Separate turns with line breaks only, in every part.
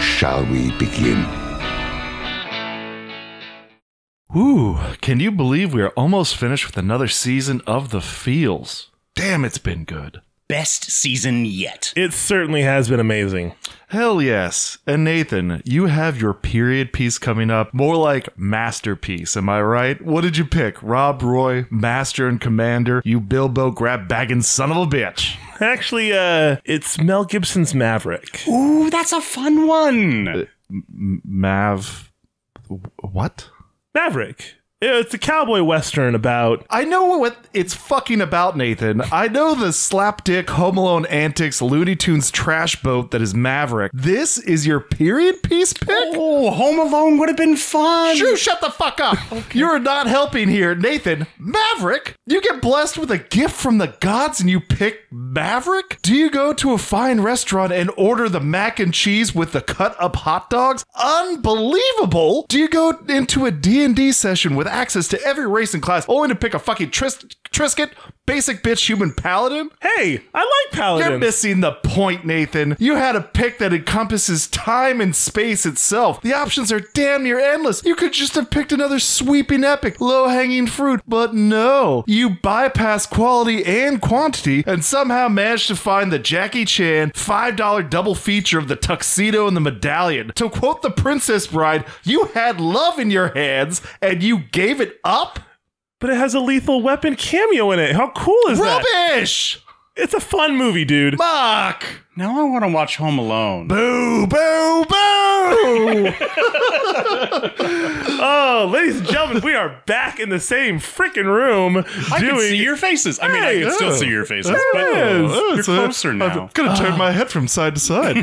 shall we begin?
Ooh, can you believe we are almost finished with another season of The Feels? Damn, it's been good.
Best season yet.
It certainly has been amazing.
Hell yes. And Nathan, you have your period piece coming up, more like masterpiece, am I right? What did you pick? Rob Roy, Master and Commander, you Bilbo grab bagging son of a bitch.
Actually, uh, it's Mel Gibson's Maverick.
Ooh, that's a fun one.
M- Mav. What?
Maverick. It's a cowboy western about.
I know what it's fucking about, Nathan. I know the slapdick, Home Alone antics, Looney Tunes trash boat that is Maverick. This is your period piece pick?
Oh, Home Alone would have been fun.
Shoo, shut the fuck up. You're not helping here, Nathan. Maverick? You get blessed with a gift from the gods and you pick Maverick? Do you go to a fine restaurant and order the mac and cheese with the cut up hot dogs? Unbelievable. Do you go into a D&D session with access to every race and class, only to pick a fucking Trist- Trisket, basic bitch human paladin?
Hey, I like paladins.
You're missing the point, Nathan. You had a pick that encompasses time and space itself. The options are damn near endless. You could just have picked another sweeping epic, low hanging fruit, but no. You bypass quality and quantity and somehow managed to find the Jackie Chan $5 double feature of the tuxedo and the medallion. To quote the Princess Bride, you had love in your hands and you gave it up?
But it has a lethal weapon cameo in it. How cool is that?
Rubbish!
It's a fun movie, dude.
Fuck!
Now I want to watch Home Alone.
Boo, boo, boo!
Oh, ladies and gentlemen, we are back in the same freaking room.
I
doing
can see your faces. I mean, I
Hey,
can still
oh.
see your faces,
Oh,
but
oh,
you're
it's a-
closer now.
I'm gonna turn my head from side to side.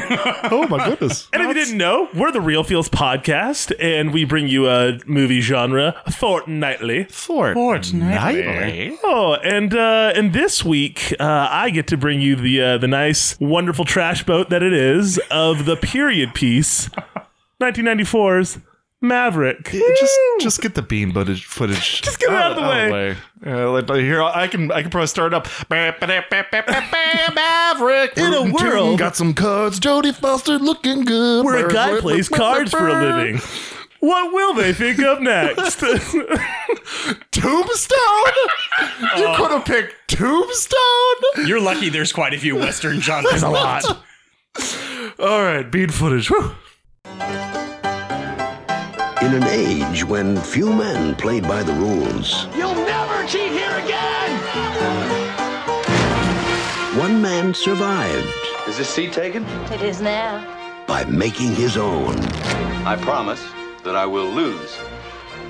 oh my goodness!
And if you didn't know, we're the Real Feels podcast, and we bring you a movie genre fortnightly.
Fortnightly.
Oh, and uh, and this week uh, I get to bring you the uh, the nice, wonderful trash boat that it is of the period piece, 1994's Maverick.
Just, just get the beam footage. footage.
Just get it out of the way.
Uh, let- let- here, I can, I can probably start it up. Maverick in
a world-
got some cards. Jodie Foster looking good.
Where a guy plays cards for a living. What will they think of next?
Tombstone. you
Oh.
could have picked Tombstone.
You're lucky there's quite a few Western genres.
a lot. All right, bean footage. Whew.
In an age when few men played by the rules,
You'll never cheat here again!
one man survived
Is this seat taken?
It is now.
by making his own.
I promise that I will lose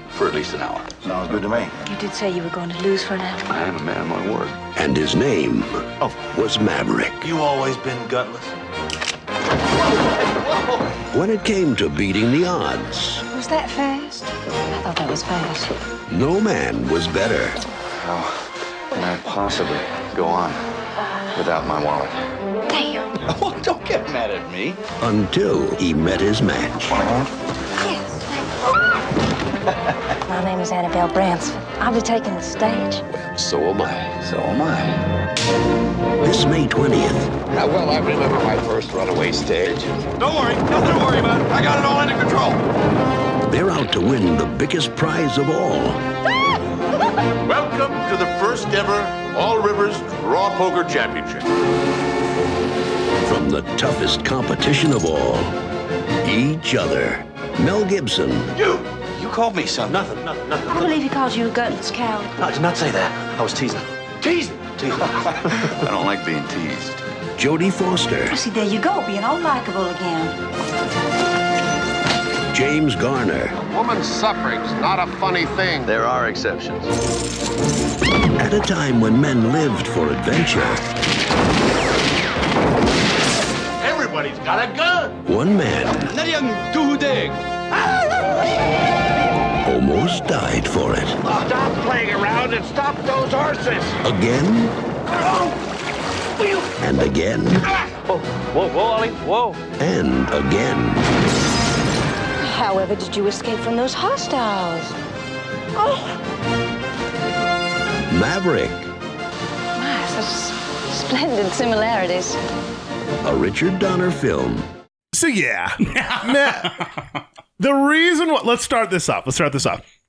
for at least an hour. Sounds good to me.
You did say you were going to lose for an hour.
I am a man of my word. Oh.
And his name was Maverick.
You always been gutless.
When it came to beating the odds,
Was that fast? I thought that was fast.
no man was better.
How can I possibly go on without my wallet?
Damn.
Oh, don't get mad at me.
until he met his match.
My name is Annabelle Bransford. I'll be taking the stage.
So am I. So am I.
This May 20th,
Now, well, I remember my first runaway stage.
Don't worry, nothing to worry about. I got it all under control.
they're out to win the biggest prize of all
Welcome to the first ever All Rivers Raw Poker Championship.
from the toughest competition of all E. each other. Mel Gibson,
You! You called me some. Nothing, nothing, nothing.
I believe he called you a gutless coward.
I did not say that. I was teasing. Teasing? Teasing. I don't like being teased.
Jodie Foster,
See, there you go, being all likable again.
James Garner,
Woman's suffering's not a funny thing. There are exceptions.
at a time when men lived for adventure,
Everyone Everybody's got a gun.
One man almost died for it.
Stop playing around and stop those horses.
Again and again
Whoa, whoa, Ollie, whoa.
and again.
However, did you escape from those hostiles?
Maverick,
My, such splendid similarities.
a Richard Donner film.
So yeah, Ma- the reason. Why, let's start this off. Let's start this off.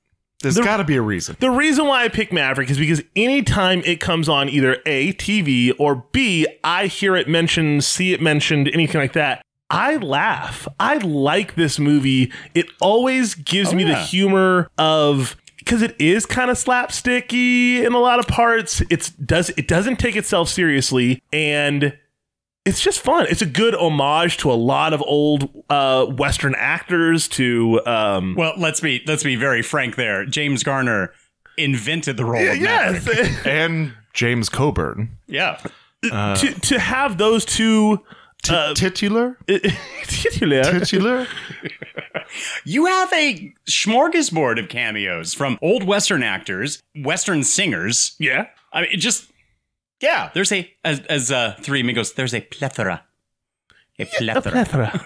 There's got to be a reason.
The reason why I pick Maverick is because anytime it comes on either A, TV, or B, I hear it mentioned, see it mentioned, anything like that, I laugh. I like this movie. It always gives me the
yeah.
humor of because it is kind of slapsticky in a lot of parts. It's does it doesn't take itself seriously and it's just fun. It's a good homage to a lot of old uh, Western actors. To um,
Well, let's be let's be very frank there. James Garner invented the role of Maverick.
yes,
And James Coburn,
Yeah.
to to have those two
T-
Uh,
titular,
titular.
titular.
You have a smorgasbord of cameos from old Western actors, Western singers.
yeah.
I mean, it just, yeah, there's a, as, as uh, Three Amigos, there's a plethora. A plethora.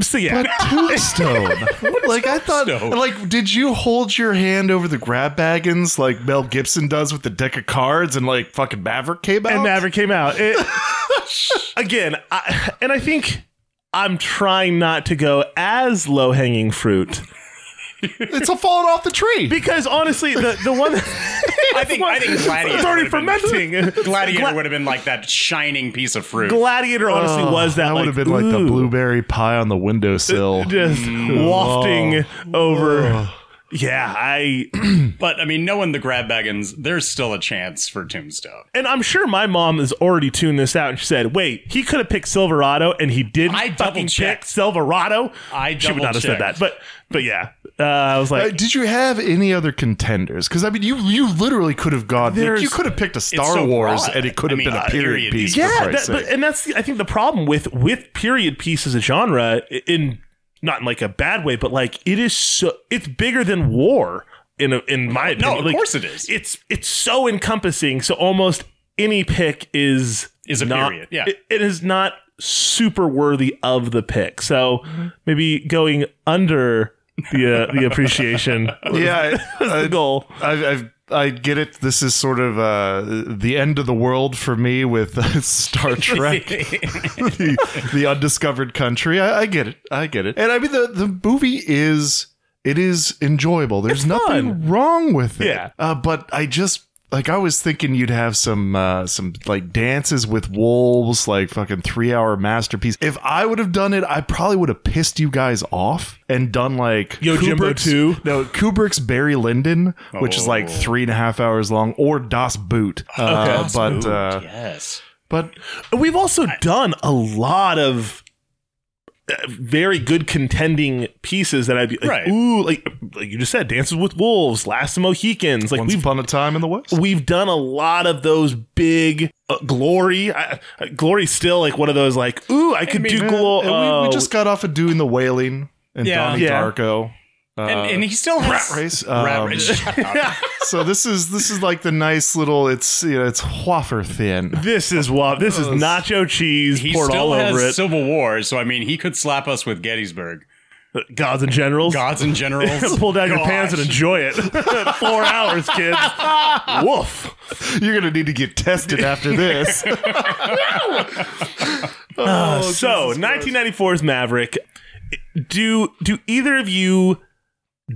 so yeah,
Tombstone. like I thought.
Tombstone?
Like, did you hold your hand over the grab baggins like Mel Gibson does with the deck of cards, and like fucking Maverick came out?
uh,
and Maverick came out. It- again, I, and I think I'm trying not to go as low hanging fruit
It's a falling off the tree.
because honestly, the the one
I think, I think Gladiator.
it's already
would've been-
fermenting.
Gladiator
Gla-
would have been like that shining piece of fruit.
Gladiator honestly was that.
that
like,
would have been like the
ooh,
blueberry pie on the windowsill.
just
Mm.
wafting over. Yeah, I
but I mean, knowing the grab baggins, there's still a chance for Tombstone.
And I'm sure my mom has already tuned this out and she said, wait, he could have picked Silverado and he didn't
I
fucking
double-checked.
pick Silverado.
I
she would not have said that.
double-checked.
But but yeah. Uh, I was
Uh,
like
did you have any other contenders? Because I mean, you you literally could have gone.
There's-
you could have picked a Star
so
Wars,
broad.
and it could
I
have
mean,
been
uh,
a period,
period piece.
piece. for
Yeah, that,
Christ's
but,
sake.
and that's the- I think the problem with with period piece as a genre i- in not in like a bad way, but like it is so it's bigger than war in a, in my
No,
opinion.
of
Like,
course it is.
It's it's so encompassing. So almost any pick is
Is a
not-
period, yeah.
it- it is not super worthy of the pick. So maybe going under the uh, the appreciation. was-
yeah, uh,
was
I-
the goal.
I, I I get it. This is sort of uh, the end of the world for me with uh, Star Trek, the, the undiscovered country. I, I get it. I get it. And I mean, the the movie is it is enjoyable. There's nothing
fun.
wrong with it.
Yeah.
Uh, but I just. Like I was thinking, you'd have some uh, some like dances with wolves, like fucking three hour masterpiece. If I would have done it, I probably would have pissed you guys off and done like
Yojimbo
Kubrick's-
2?
no, Kubrick's Barry Lyndon, which is like three and a half hours long, or Das Boot. Uh, but uh,
yes.
but
We've also done a lot of uh, very good contending pieces that I'd be like,
Right.
ooh, like, like you just said, Dances with Wolves, Last of the Mohicans. Like
once
we've
upon a time in the West,
we've done a lot of those big uh, glory. I, I, glory's still like one of those like, ooh, I could do Oh,
Yeah,
glory.
and we, we just got off of doing the wailing and
Yeah.
Donnie
Yeah.
Darko.
and, and he still has.
Rat race.
Rat
um,
race. Shut up.
so this is this is like the nice little. It's you know it's wafer thin.
this is what this is nacho cheese
He
poured all
still has
over it.
Civil War, so I mean, he could slap us with Gettysburg.
Uh, Gods and generals.
Gods and generals.
Pull down your pants and
Gosh.
enjoy it. Four hours, kids. Woof.
You're gonna need to get tested after this.
Uh, so 1994's Maverick. Do do either of you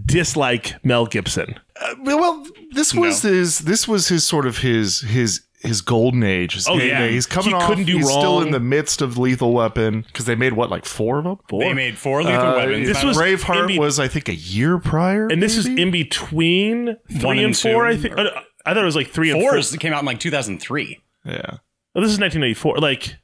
dislike Mel Gibson?
well, this was his. This was his sort of his his his golden age. His
Oh,
heyday.
yeah.
he's coming
He
off.
couldn't do
he's still
wrong.
in the midst of Lethal Weapon because they made what like four of them.
They made four lethal
Uh,
weapons.
this
by the
was-
Braveheart
Indy-
was I think a year prior,
And this
maybe?
is in between three
One
and,
and
four.
two,
I think.
or-
I- I thought it was like three and
way.
four.
Fours came out in like 2003.
yeah.
Oh, this is 1994.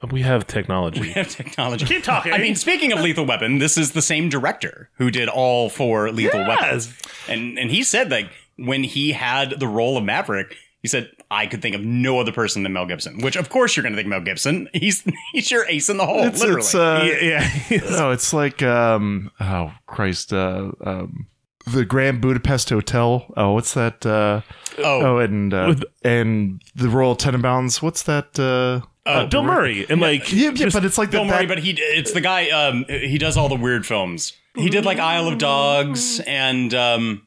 Like we have technology.
Technology.
Keep talking.
I mean, speaking of Lethal Weapon, this is the same director who did all four Lethal
Yes.
Weapons, and and he said that when he had the role of Maverick, He said, I could think of no other person than Mel Gibson, which of course you're going to think Mel Gibson. He's he's your ace in the hole,
it's,
literally.
It's, uh,
yeah,
no, Oh, it's like um, oh Christ, uh, um, the Grand Budapest Hotel. Oh, what's that? Uh,
Oh.
and uh, and the Royal Tenenbaums. What's that? Uh,
Uh, Bill Murray and like
yeah, yeah, but it's like
Bill
the,
Murray, but he it's the guy um he does all the weird films. He did like Isle of Dogs and um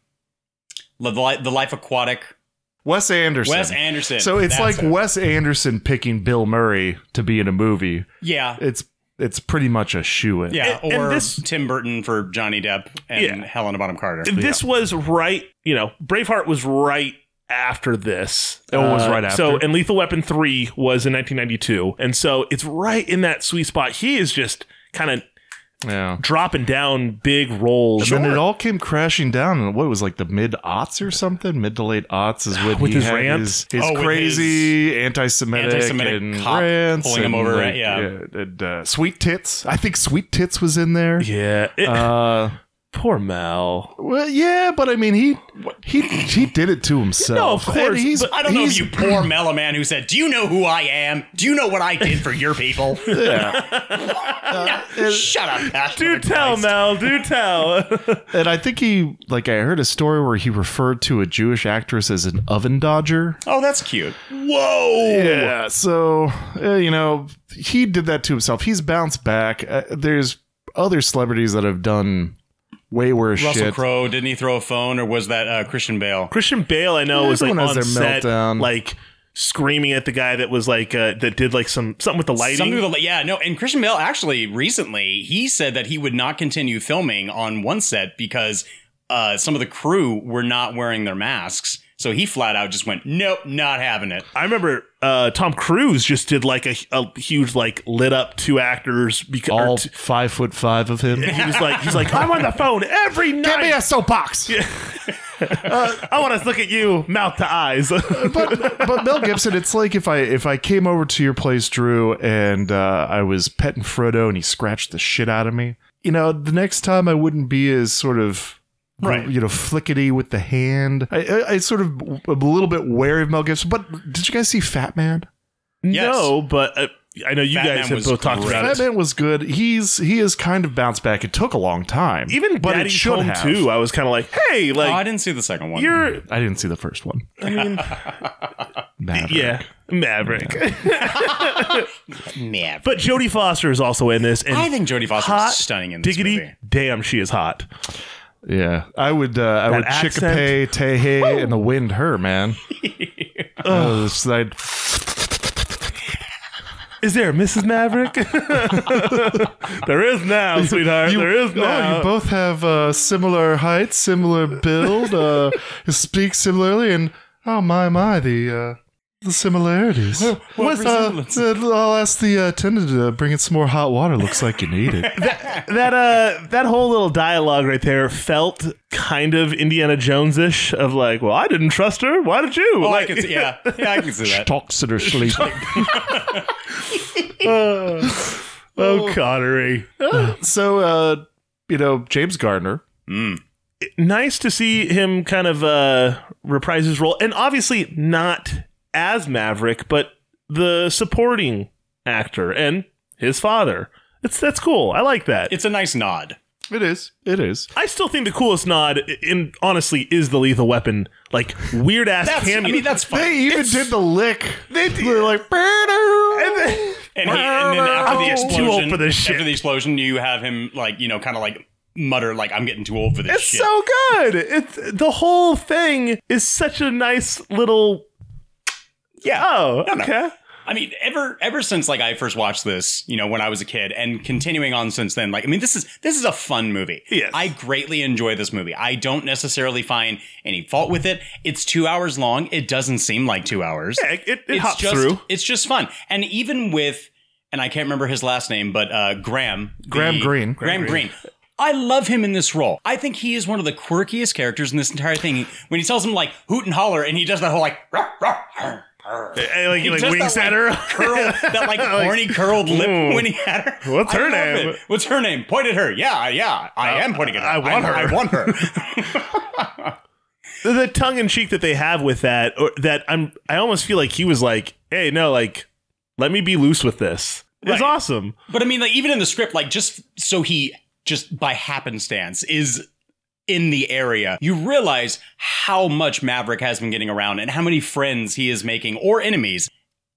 the Li- the Life Aquatic.
Wes Anderson.
Wes Anderson.
So it's
That's
like
it.
Wes Anderson picking Bill Murray to be in a movie.
Yeah.
It's it's pretty much a shoe in.
Yeah,
And- and
or
this-
Tim Burton for Johnny Depp and
Yeah.
Helena Bonham Carter.
This was right, you know, Braveheart was right after this. Uh,
It was right after.
So, and Lethal Weapon 3 was in 1992. And so it's right in that sweet spot. He is just kind of
Yeah.
dropping down big roles.
And then it all came crashing down. And what it was like the mid aughts or something? Mid to late aughts is when
With
he
his
had
rant?
his, his
Oh, with
crazy anti-Semitic,
anti-Semitic
and
cop
rants
pulling him
and,
over,
like,
right? Yeah.
and, uh, sweet tits. I think sweet tits was in there.
yeah. It-
Uh,
poor Mel.
well, yeah, but I mean, he he he did it to himself.
No, of
And
course,
he's-
but
I don't know if
he's-
you poor mellow man who said, "Do you know who I am? Do you know what I did for your people?" No, shut up,
Uh,
Pat.
Do tell, Mel. Do tell.
And I think he, like, I heard a story where he referred to a Jewish actress as an oven dodger.
Oh, that's cute.
Whoa.
Yeah. So, uh, you know, he did that to himself. He's bounced back. Uh, there's other celebrities that have done way worse
Russell
shit.
Crowe didn't he throw a phone, or was that uh, Christian Bale?
Christian Bale, I know,
Yeah,
was like
everyone
on
has their
set,
meltdown.
like screaming at the guy that was like uh, that did like some something with the lighting.
Something with a, yeah, no. And Christian Bale actually recently he said that he would not continue filming on one set because uh, some of the crew were not wearing their masks. So he flat out just went, "Nope, not having it."
I remember uh, Tom Cruise just did like a, a huge like lit up two actors because
All five foot five of him.
he was like he's like I'm on the phone every night. Uh,
soapbox.
I want to look at you mouth to eyes.
but but Mel Gibson, it's like if I if I came over to your place, Drew, and uh, I was petting Frodo, and he scratched the shit out of me. You know, the next time I wouldn't be as sort of.
Right.
You know, flickety with the hand. I, I, I sort of am a little bit wary of Mel Gibson, but did you guys see Fat Man?
Yes.
No, but uh, I know you
Fat Man
guys have
was
both talked about
Fat
it.
Man was good. He's he has kind of bounced back. It took a long time,
Even
but
Daddy's
it should
Home
have.
too. I was kind of like, hey,
oh, I
like
didn't see the second one.
you're
I didn't see the first one. I mean,
yeah Maverick.
Maverick.
But Jodie Foster is also in this. And
I think Jodie Foster
hot
is stunning in this
diggity.
movie.
Damn, she is hot.
Yeah, I would. Uh, I
That
would
accent.
Chickapay, Tehe, and the wind her man. oh, it's like-
Is there a Mrs. Maverick? there is now, sweetheart. there is
Oh,
now.
you both have uh, similar heights, similar build, uh, you speak similarly, and oh my my the. Uh, the similarities. What's, uh, I'll ask the uh, attendant to bring in some more hot water. Looks like you need it.
that uh, that whole little dialogue right there felt kind of Indiana Jones ish. Of like, well, I didn't trust her. Why did you?
Oh, I
like,
can see, yeah, yeah, I can see that.
Talks in her sleep.
oh, Connery.
Uh, so, uh, you know, James Gardner.
nice to see him kind of uh, reprise his role, and obviously not as Maverick, but the supporting actor and his father. It's that's cool. I like that.
It's a nice nod.
It is. It is.
I still think the coolest nod, in honestly, is the Lethal Weapon like weird ass
That's, I
cameo.
mean, that's fun.
They even did the lick. They did. They're like,
and, he, and then after
I'm
the
getting too
explosion,
old for this shit.
after the explosion, you have him like you know, kind of like mutter like, "I'm getting too old for this
It's
shit."
so good. It's the whole thing is such a nice little. Yeah. Oh,
no.
okay.
I mean, ever ever since like I first watched this, you know, when I was a kid, and continuing on since then, like I mean, this is this is a fun movie.
Yes.
I greatly enjoy this movie. I don't necessarily find any fault with it. It's two hours long. It doesn't seem like two hours.
Yeah, it, it,
it's
hops
just
through.
it's just fun. And even with and I can't remember his last name, but uh, Graham the-
Graham Greene.
Graham Green. I love him in this role. I think he is one of the quirkiest characters in this entire thing. When he tells him like hoot and holler, and he does that whole like. "Ruh, ruh, ruh, ruh."
And, like,
He
like
does
winks at
that,
her.
like, curl, that like horny curled lip
"Ooh,
when he had her.
what's
I
her
love
name?" Uh,
it. What's her name? Point at her. Yeah, yeah. I am pointing at her.
I want
I,
her.
I want her.
the, the tongue in cheek that they have with that, or that I'm, I almost feel like he was like, hey, no, like, let me be loose with this. It's
Right.
awesome.
But I mean, like even in the script, like just so he just by happenstance is in the area, you realize how much Maverick has been getting around and how many friends he is making or enemies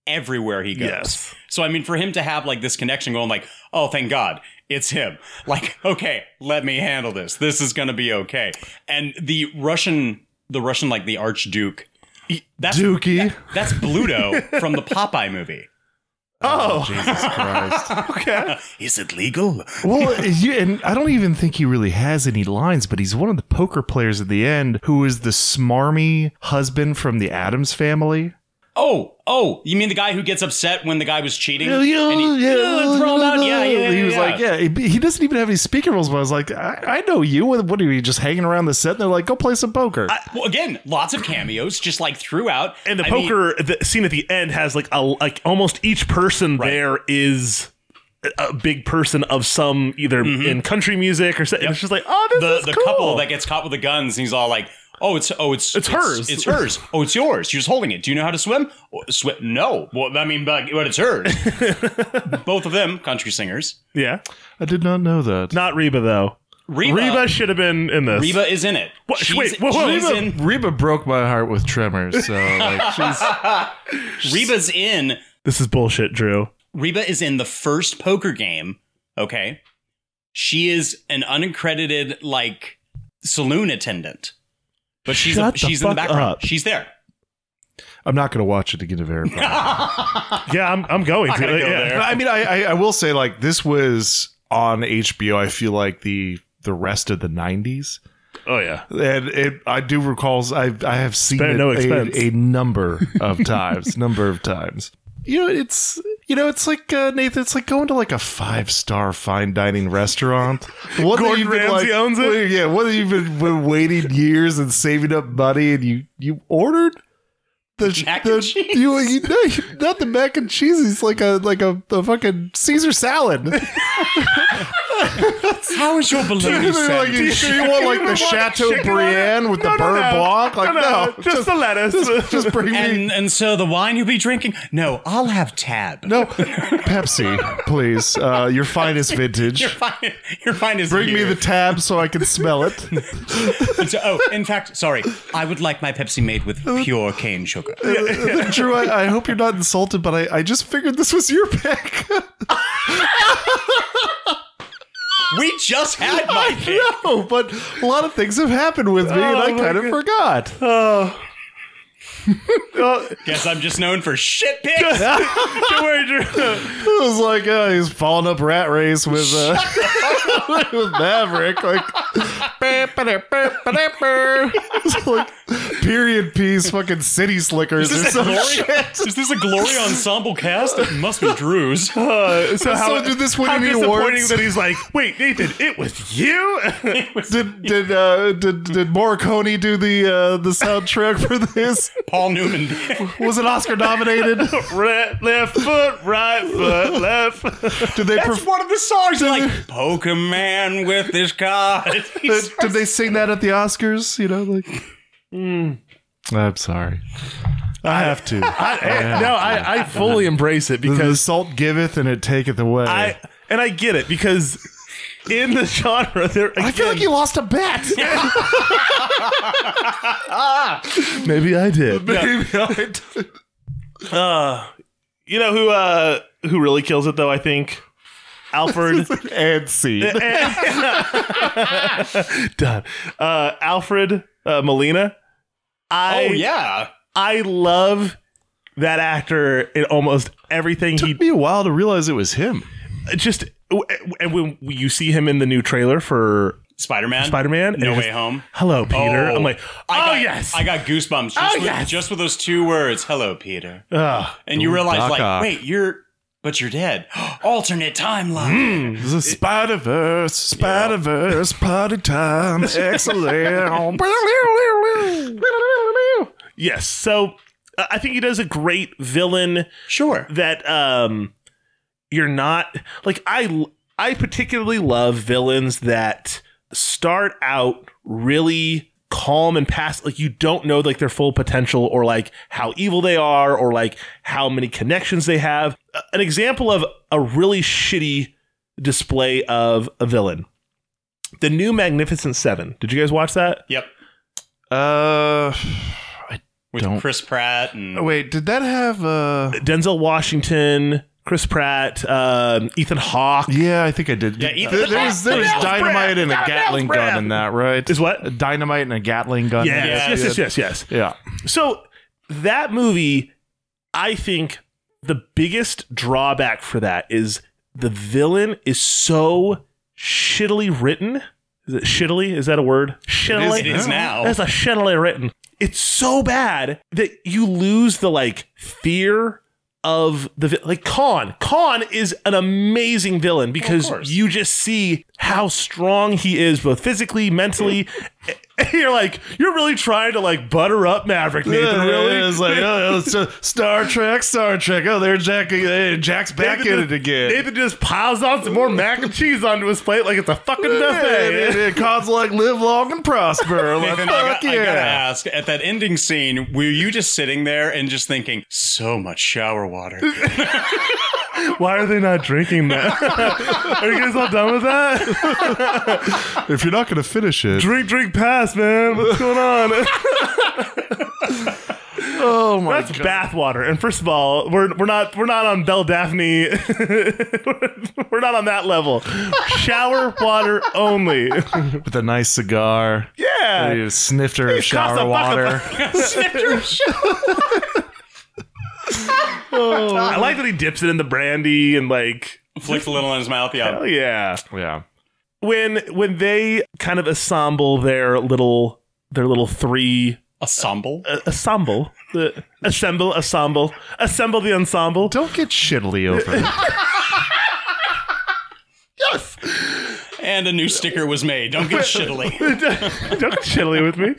everywhere he goes.
Yes.
So I mean, for him to have like this connection going, like, oh, thank God. It's him. Like, okay, let me handle this. This is going to be okay. And the Russian, the Russian, like the Archduke, that's
Dookie.
that's Bluto from the Popeye movie.
Oh,
Jesus Christ.
okay.
Is it legal?
well, you, and I don't even think he really has any lines, but he's one of the poker players at the end who is the smarmy husband from the Adams family.
Oh, oh, you mean the guy who gets upset when the guy was cheating?
Yeah, yeah,
and he,
yeah,
"Ugh, throw him out." Yeah, yeah, yeah,
he was
yeah.
like, yeah, he he doesn't even have any speaking roles. But I was like, I, I know you. What what are you just hanging around the set? And they're like, go play some poker.
I- well, again, lots of cameos, just like throughout.
And the
I mean,
poker the scene at the end has like a like almost each person there is a big person of some either in country music or something. It's just like oh, this
the
is
the
cool.
couple that gets caught with the guns, and he's all like, "Oh, it's oh, it's
It's hers.
It's hers. Oh, it's yours. You're just holding it. Do you know how to swim? "Oh, Swim? No. Well, I mean, but, but it's hers. Both of them country singers.
yeah,
I did not know that.
not Reba though.
Reba.
Reba, should have been in this.
Reba is in it.
What?
She's,
Wait, whoa, whoa,
she's
Reba-
in.
Reba broke my heart with tremors. So like, she's
Reba's in.
This is bullshit, Drew.
Reba is in the first poker game. Okay. She is an unaccredited, like, saloon attendant. But she's,
Shut the
she's in the
fuck
background.
up.
She's there.
I'm not going to watch it again to verify.
Yeah, I'm, I'm going.
Not
to.
gonna go
yeah.
there.
But I mean, I, I I will say like this was on HBO. I feel like the the rest of the '90s,
Oh yeah.
and it I do recall I I have seen
Spare
it
no
a-
expense.
a, number of times, number of times. You know, it's you know, it's like uh, Nathan. It's like going to like a five star fine dining restaurant. What
Gordon Ramsay owns it?
Yeah, whether you've been, been waiting years and saving up money, and you you ordered. The,
Mac
the
and cheese.
you, you know, you- not the mac and cheese. It's like a like a, a fucking Caesar salad.
How is your
They're
baloney
like, you
sandwich?
sure you want like the Chateau Brienne with the beurre blanc? Like no,
just, the lettuce.
just, just bring me
And, and so the wine you'll be drinking? No, I'll have tab.
no Pepsi, please. Uh, your finest vintage.
You're fine. You're fine as
Bring me
here.
the tab so I can smell it.
And so- oh, in fact, sorry. I would like my Pepsi made with pure cane sugar.
Drew, I, I hope you're not insulted, but I, I just figured this was your pick.
We just had my cake.
I know, Oh, but a lot of things have happened with me, and I
Oh my
kind of
God.
forgot.
Guess I'm just known for shit picks.
Don't worry, Drew.
It was like uh, he's falling up rat race with uh, with Maverick, like, It's like period piece, fucking city slickers or
Is this, a
some
glory,
shit.
is this a glory ensemble cast? It must be Drew's.
Uh, so how,
So did this win
how
any
disappointing
awards?
that he's like, wait, Nathan, it was you.
Did did uh, did did Morricone do the uh, the soundtrack for this?
Paul Newman.
Was it Oscar nominated?
Right, left foot, right foot, left.
Did they
That's
perf-
one of the songs. Like Pokemon with this card.
did, did they sing that at the Oscars? You know, like.
Hmm.
I'm sorry. I have to.
no, I, I fully embrace it
The
because
salt giveth and it taketh away.
I and I get it because in the genre there. Again,
I feel like you lost a bet. Maybe I did. Maybe I did.
uh, you know who uh who really kills it though. I think Alfred.
And C.
Done. Uh, Alfred uh, Molina. I
Oh yeah.
I love that actor in almost everything he
Took me a while to realize it was him.
just and when you see him in the new trailer for
Spider Man.
Spider Man,
No way home.
Hello, Peter.
Oh.
I'm like, oh
I got,
yes.
I got goosebumps just,
Oh,
with,
yes.
just with those two words. Hello, Peter.
Ugh.
And you realize,
Doc
like,
Ock.
wait, you're, but you're dead. Alternate
Mm.
timeline.
The Spider Verse, Spider Verse, party time, excellent.
yes. So uh, I think he does a great villain
Sure.
that um you're not like I I particularly love villains that start out really calm and passive. Like you don't know like their full potential or like how evil they are or like how many connections they have. A- An example of a really shitty display of a villain. The new Magnificent Seven. Did you guys watch that?
Yep.
Uh,
with
don't-
Chris Pratt
Oh,
and
Wait, did that have uh
Denzel Washington, Chris Pratt, um, Ethan Hawke.
Yeah, I think I did.
Yeah, Ethan
there, there was, there was
Ethan Hawke.
dynamite and a Gatling gun in that, right?
Is what?
A dynamite and a Gatling gun.
Yes, yes,
Yeah,
yes,
yeah.
yes, yes.
Yeah.
So that movie, I think the biggest drawback for that is the villain is so shittily written. Is it shittily? Is that a word? Shittily.
It is now.
That's a shittily written. It's so bad that you lose the like fear of the vi- like Khan. Khan is an amazing villain because
course.
you just see how strong he is both physically, mentally. And you're like, you're really trying to like butter up Maverick, Nathan. Really?
It's like, oh, it's just Star Trek, Star Trek. Oh, there's Jack. Hey, Jack's back
Nathan
in
just-
it again.
Nathan just piles on some more mac and cheese onto his plate like it's a fucking
It,
buffet.
it calls like live long and prosper. Like,
Nathan, I,
fuck
got, I gotta
yeah.
ask, at that ending scene, were you just sitting there and just thinking, so much shower water?
Why are they not drinking that? are you guys all done with that?
If you're not gonna finish it,
Drink, drink, pass, man. What's going on?
oh my
That's bathwater. And first of all, we're we're not we're not on Belle Daphne. we're not on that level. Shower water only.
with a nice cigar.
Yeah.
You sniffed her
cost a
shower
buck a
water.
I like that he dips it in the brandy and like
Flicked a little in his mouth, yeah.
hell yeah.
Yeah.
When when they kind of assemble their little their little three
Ensemble?
uh, ensemble the assemble ensemble assemble the ensemble
Don't get shittily over it.
And a new sticker was made. Don't get shittily.
don't chilly with me.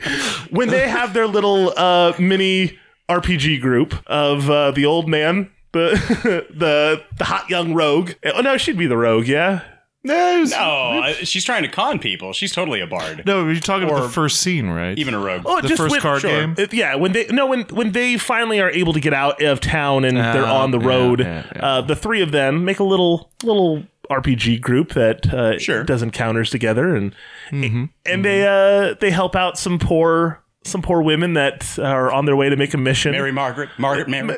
When they have their little uh, mini RPG group of uh, the old man, the the the hot young rogue. Oh no, she'd be the rogue. Yeah,
No, it was-
No, Oh, I- she's trying to con people. She's totally a bard.
no, you're talking about
Or-
the first scene, right?
Even a rogue.
oh,
The first card game?
It- yeah, when they no when when they finally are able to get out of town and they're
Oh,
on the
yeah,
road,
yeah, yeah.
Uh, the three of them make a little little RPG group that uh,
Sure.
does encounters together and
Mm-hmm.
and they uh, they help out some poor. Some poor women that are on their way to make a mission.
Mary Margaret. Margaret Mary.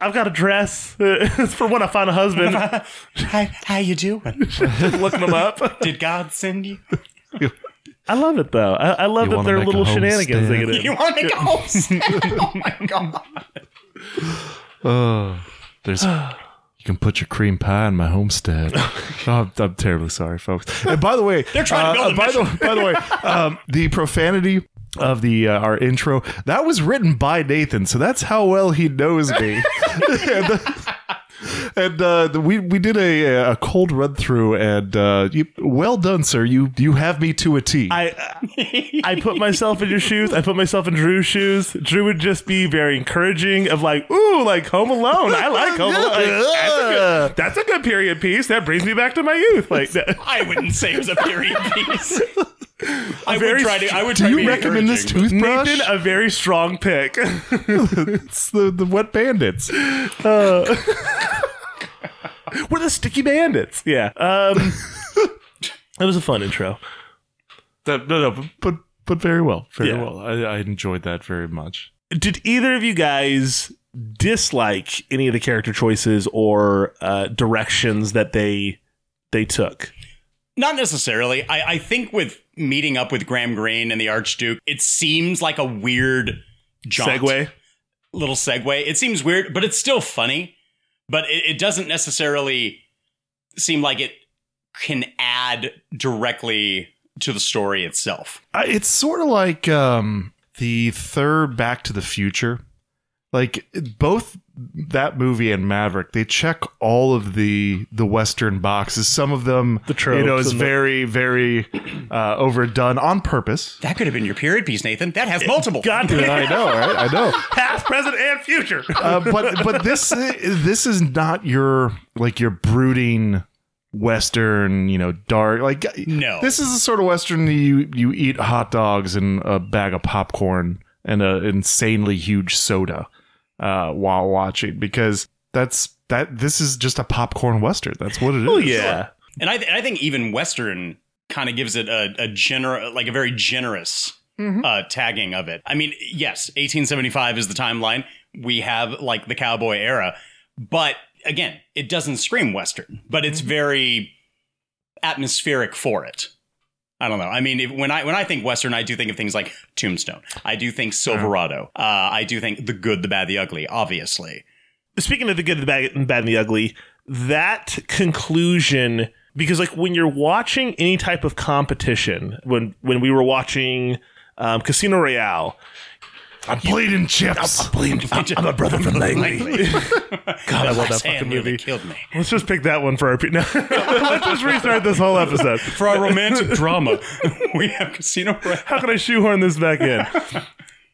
I've got a dress. It's for when I find a husband.
Hi, how you doing?
Looking them up.
Did God send you?
I love it though. I, I love
You
that
wanna
their
make a
little
home
shenanigans they
stand?
get
You
in.
want to go? oh my god.
Oh, there's. you can put your cream pie in my homestead. Oh, I'm, I'm terribly sorry, folks. And by the way, they're
trying to build a
by the
mission.
by the way, um, the profanity of the uh, our intro that was written by Nathan, so that's how well he knows me. and uh, and, uh, the- we we did a a cold run through, and uh, you, well done, sir. You you have me to a T.
I I put myself in your shoes. I put myself in Drew's shoes. Drew would just be very encouraging of like, ooh, like Home Alone. I like Home Alone. Like, that's, a good, that's a good period piece. That brings me back to my youth. Like, that-
I wouldn't say it was a period piece. I would
very
try to. I would
Do
try to
you
be
recommend this
encouraging, uh,
toothbrush?
Nathan, a very strong pick.
it's the, the wet bandits.
Uh, We're the Sticky Bandits. Yeah. Um, that was a fun intro.
That, no, no, but, but but very well, very
Yeah.
well. I, I enjoyed that very much.
did either of you guys dislike any of the character choices or uh, directions that they they took?
Not necessarily. I, I think with meeting up with Graham Greene and the Archduke, it seems like a weird jaunt,
Segway.
little segue. It seems weird, but it's still funny. But it, it doesn't necessarily seem like it can add directly to the story itself.
I, it's sort of like um, the third Back to the Future. Like both that movie and Maverick, they check all of the the Western boxes. Some of them,
The
you know,
tropes
is
and the-
very very uh, overdone on purpose.
That could have been your period piece, Nathan. That has multiple.
God damn
I
it.
know, right? I know.
Past, present, and future.
Uh, but but this this is not your like your brooding western, you know, dark. Like
no,
this is the sort of western that you you eat hot dogs and a bag of popcorn and an insanely huge soda uh, while watching because that's that. This is just a popcorn western. That's what it is.
Oh yeah,
and I th- and I think even western kind of gives it a a gener- like a very generous
Mhm.
uh, tagging of it. I mean, yes, 1875 is the timeline. We have like the cowboy era, but again, it doesn't scream western, but it's very atmospheric for it. I don't know. I mean, if, when I when I think western, I do think of things like Tombstone. I do think Silverado. Uh, I do think The Good, the Bad, the Ugly. Obviously,
Speaking of the good, the bad, and bad, and the ugly, that conclusion because like when you're watching any type of competition, when when we were watching um, Casino Royale,
I'm bleeding chips.
I'm, bleeding. I'm, I'm a brother from Langley. God, I love that
Last hand
fucking
nearly
movie.
Killed me
Let's just pick that one for our. pe- No, let's just restart this whole episode.
for our romantic drama. We have Casino Royale.
How can I shoehorn this back in?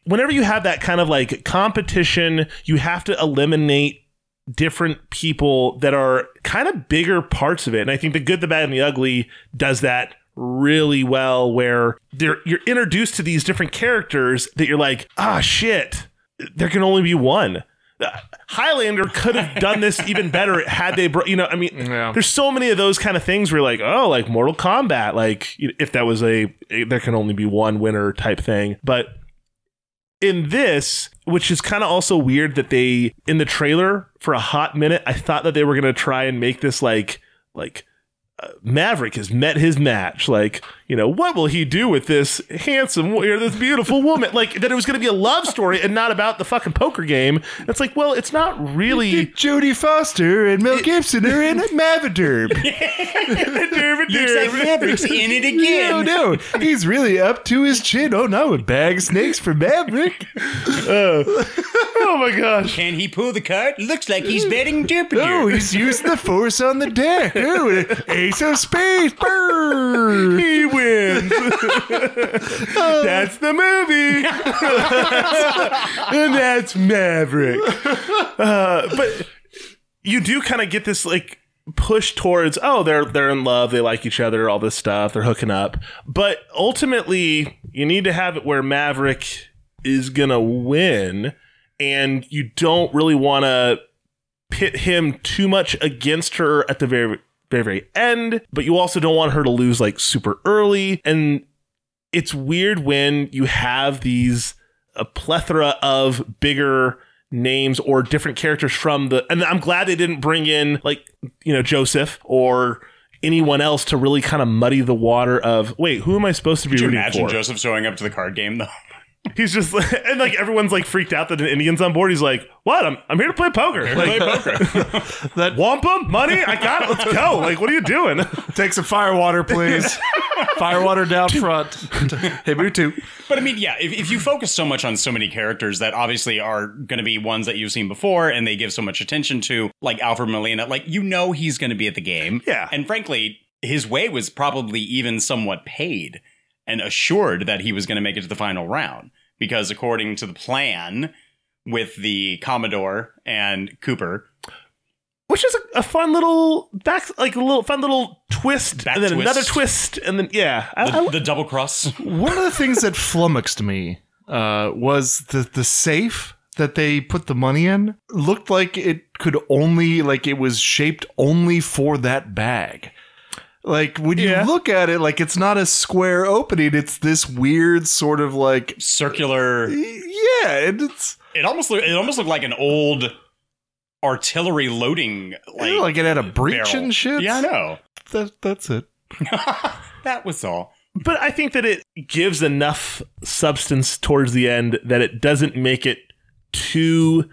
Whenever you have that kind of like competition, you have to eliminate different people that are kind of bigger parts of it. And I think the good, the bad, and the ugly does that really well where they're you're introduced to these different characters that you're like, ah shit, there can only be one. Uh, Highlander could have done this even better had they, br- you know, I mean, there's so many of those kind of things where you're like, oh, like Mortal Kombat, like you- if that was a, a- there can only be one winner type thing. But in this, which is kind of also weird that they in the trailer for a hot minute, I thought that they were gonna try and make this like like uh, Maverick has met his match. Like you know, what will he do with this handsome or this beautiful woman? Like that it was gonna be a love story and not about the fucking poker game. It's like, well, it's not really.
Jodie Foster and Mel Gibson are in Mavaderb.
Looks like Maverick's in it again.
No, no, he's really up to his chin. Oh, now a bag of snakes for Maverick.
oh my gosh.
Can he pull the cart? Looks like he's betting Jupiter.
Oh, he's using the force on the deck. Oh, ace of spades. Brrr.
He wins. that's the movie. and that's Maverick. Uh, but you do kind of get this like push towards oh they're they're in love they like each other all this stuff they're hooking up but ultimately you need to have it where Maverick is gonna win and you don't really want to pit him too much against her at the very very very end but you also don't want her to lose like super early and it's weird when you have these a plethora of bigger names or different characters from the and I'm glad they didn't bring in like you know Joseph or anyone else to really kind of muddy the water of wait who am I supposed to be
Could you
rooting
imagine
for
Joseph showing up to the card game though?
he's just and like everyone's like freaked out that an Indian's on board he's like what I'm, I'm here to play poker like
Play poker.
that wampum money I got it let's go like what are you doing
Take some fire water, please. fire water down front. hey, Mutu.
but I mean, yeah, if, if you focus so much on so many characters that obviously are going to be ones that you've seen before and they give so much attention to, like Alfred Molina, like you know he's going to be at the game.
Yeah.
And frankly, his way was probably even somewhat paid and assured that he was going to make it to the final round because according to the plan with the Commodore and Cooper,
which is a, a fun little back like a little fun little twist
Back
and then
twist.
another twist and then yeah I,
the, the double cross.
One of the things that flummoxed me uh, was the the safe that they put the money in looked like it could only like it was shaped only for that bag. Like when you
Yeah.
look at it, like it's not a square opening. It's this weird sort of like
circular.
yeah, and it's
It almost looked, it almost looked like an old artillery loading like,
like, it had a breach
barrel.
and shit.
Yeah, I know.
That, that's it.
That was all.
but I think that it gives enough substance towards the end that it doesn't make it too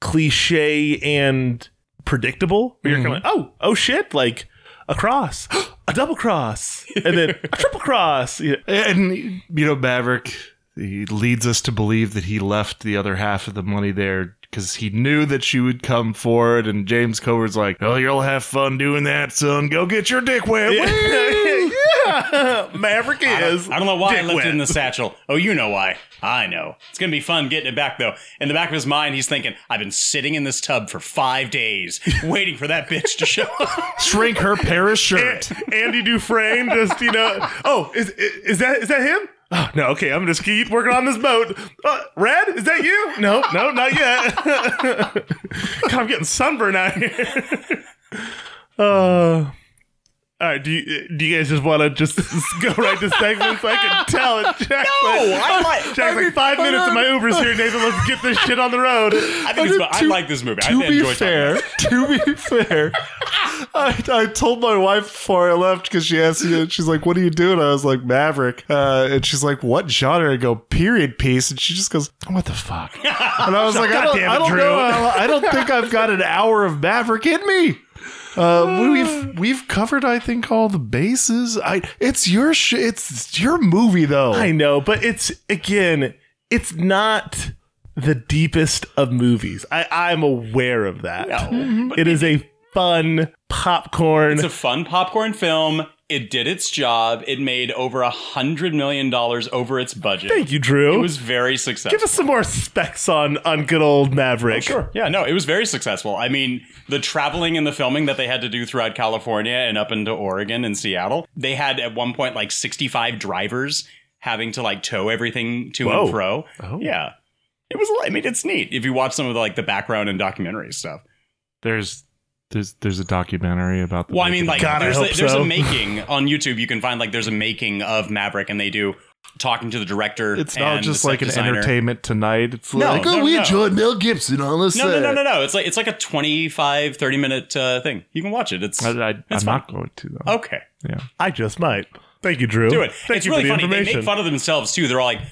cliche and predictable. Where You're kind of like, oh, oh shit, like a cross, a double cross, and then a triple cross. Yeah.
And you know, Maverick he leads us to believe that he left the other half of the money there because he knew that she would come for it. And James Cover's like, "Oh, you'll have fun doing that, son. Go get your dick wet." Woo!
yeah, Maverick
I don't-
is.
I don't know why I left
dickwit.
it in the satchel. Oh, you know why. I know. It's going to be fun getting it back, though. In the back of his mind, he's thinking, I've been sitting in this tub for five days waiting for that bitch to show up.
Shrink her Paris shirt.
Andy Dufresne just you know. Oh, is is that is that him? Oh, no, okay. I'm just keep working on this boat. Uh, Red, is that you? No, no, not yet. God, I'm getting sunburned out here. Uh, all right, do you do you guys just want to just go right to segments? I can tell it. Jack's
No,
like,
I like-
Jack's like five minutes of my Uber's here, Nathan. Let's get this shit on the road.
I, think it's, I like this movie. I
to be
enjoy talking
fair,
about
to be fair, I, I told my wife before I left because she asked me, she's like, "What are you doing?" I was like, "Maverick," uh, and she's like, "What genre?" I go, "Period piece," and she just goes, "What the fuck?" And I was like, "I don't,
damn
I
it,
don't
Drew."
know. I, I don't think I've got an hour of Maverick in me." Uh, we've we've covered, I think, all the bases. I it's your sh- it's your movie though.
I know, but it's again, it's not the deepest of movies. I, I'm aware of that. Mm-hmm.
it. No. But
It is a fun popcorn.
It's a fun popcorn film. It did its job. It made over a hundred million dollars over its budget.
Thank you, Drew.
It was very successful.
Give us some more specs on on good old Maverick.
Sure. Yeah, no, it was very successful. I mean, the traveling and the filming that they had to do throughout California and up into Oregon and Seattle, they had at one point like 65 drivers having to like tow everything to
Whoa.
and fro. Yeah. It was, I mean, it's neat if you watch some of the like the background and documentary stuff.
There's there's there's a documentary about the
Well, I mean,
making
like
of it.
God, I
there's, a,
hope
there's
so.
a making on YouTube. You can find like there's a making of Maverick, and they do talking to the director.
It's not
and
just
the set
like an
designer.
entertainment tonight. It's
No,
like, oh,
no,
we
no.
enjoyed Mel Gibson on this.
No, no, no, no, no. It's like it's like a 25, 30 minute uh, thing. You can watch it. It's
I, I, I'm
it's fun.
not going to though.
okay.
Yeah.
I just might. Thank you, Drew.
do it.
Thank
it's
you
really
for the
funny. They
information.
make fun of themselves too. They're all like,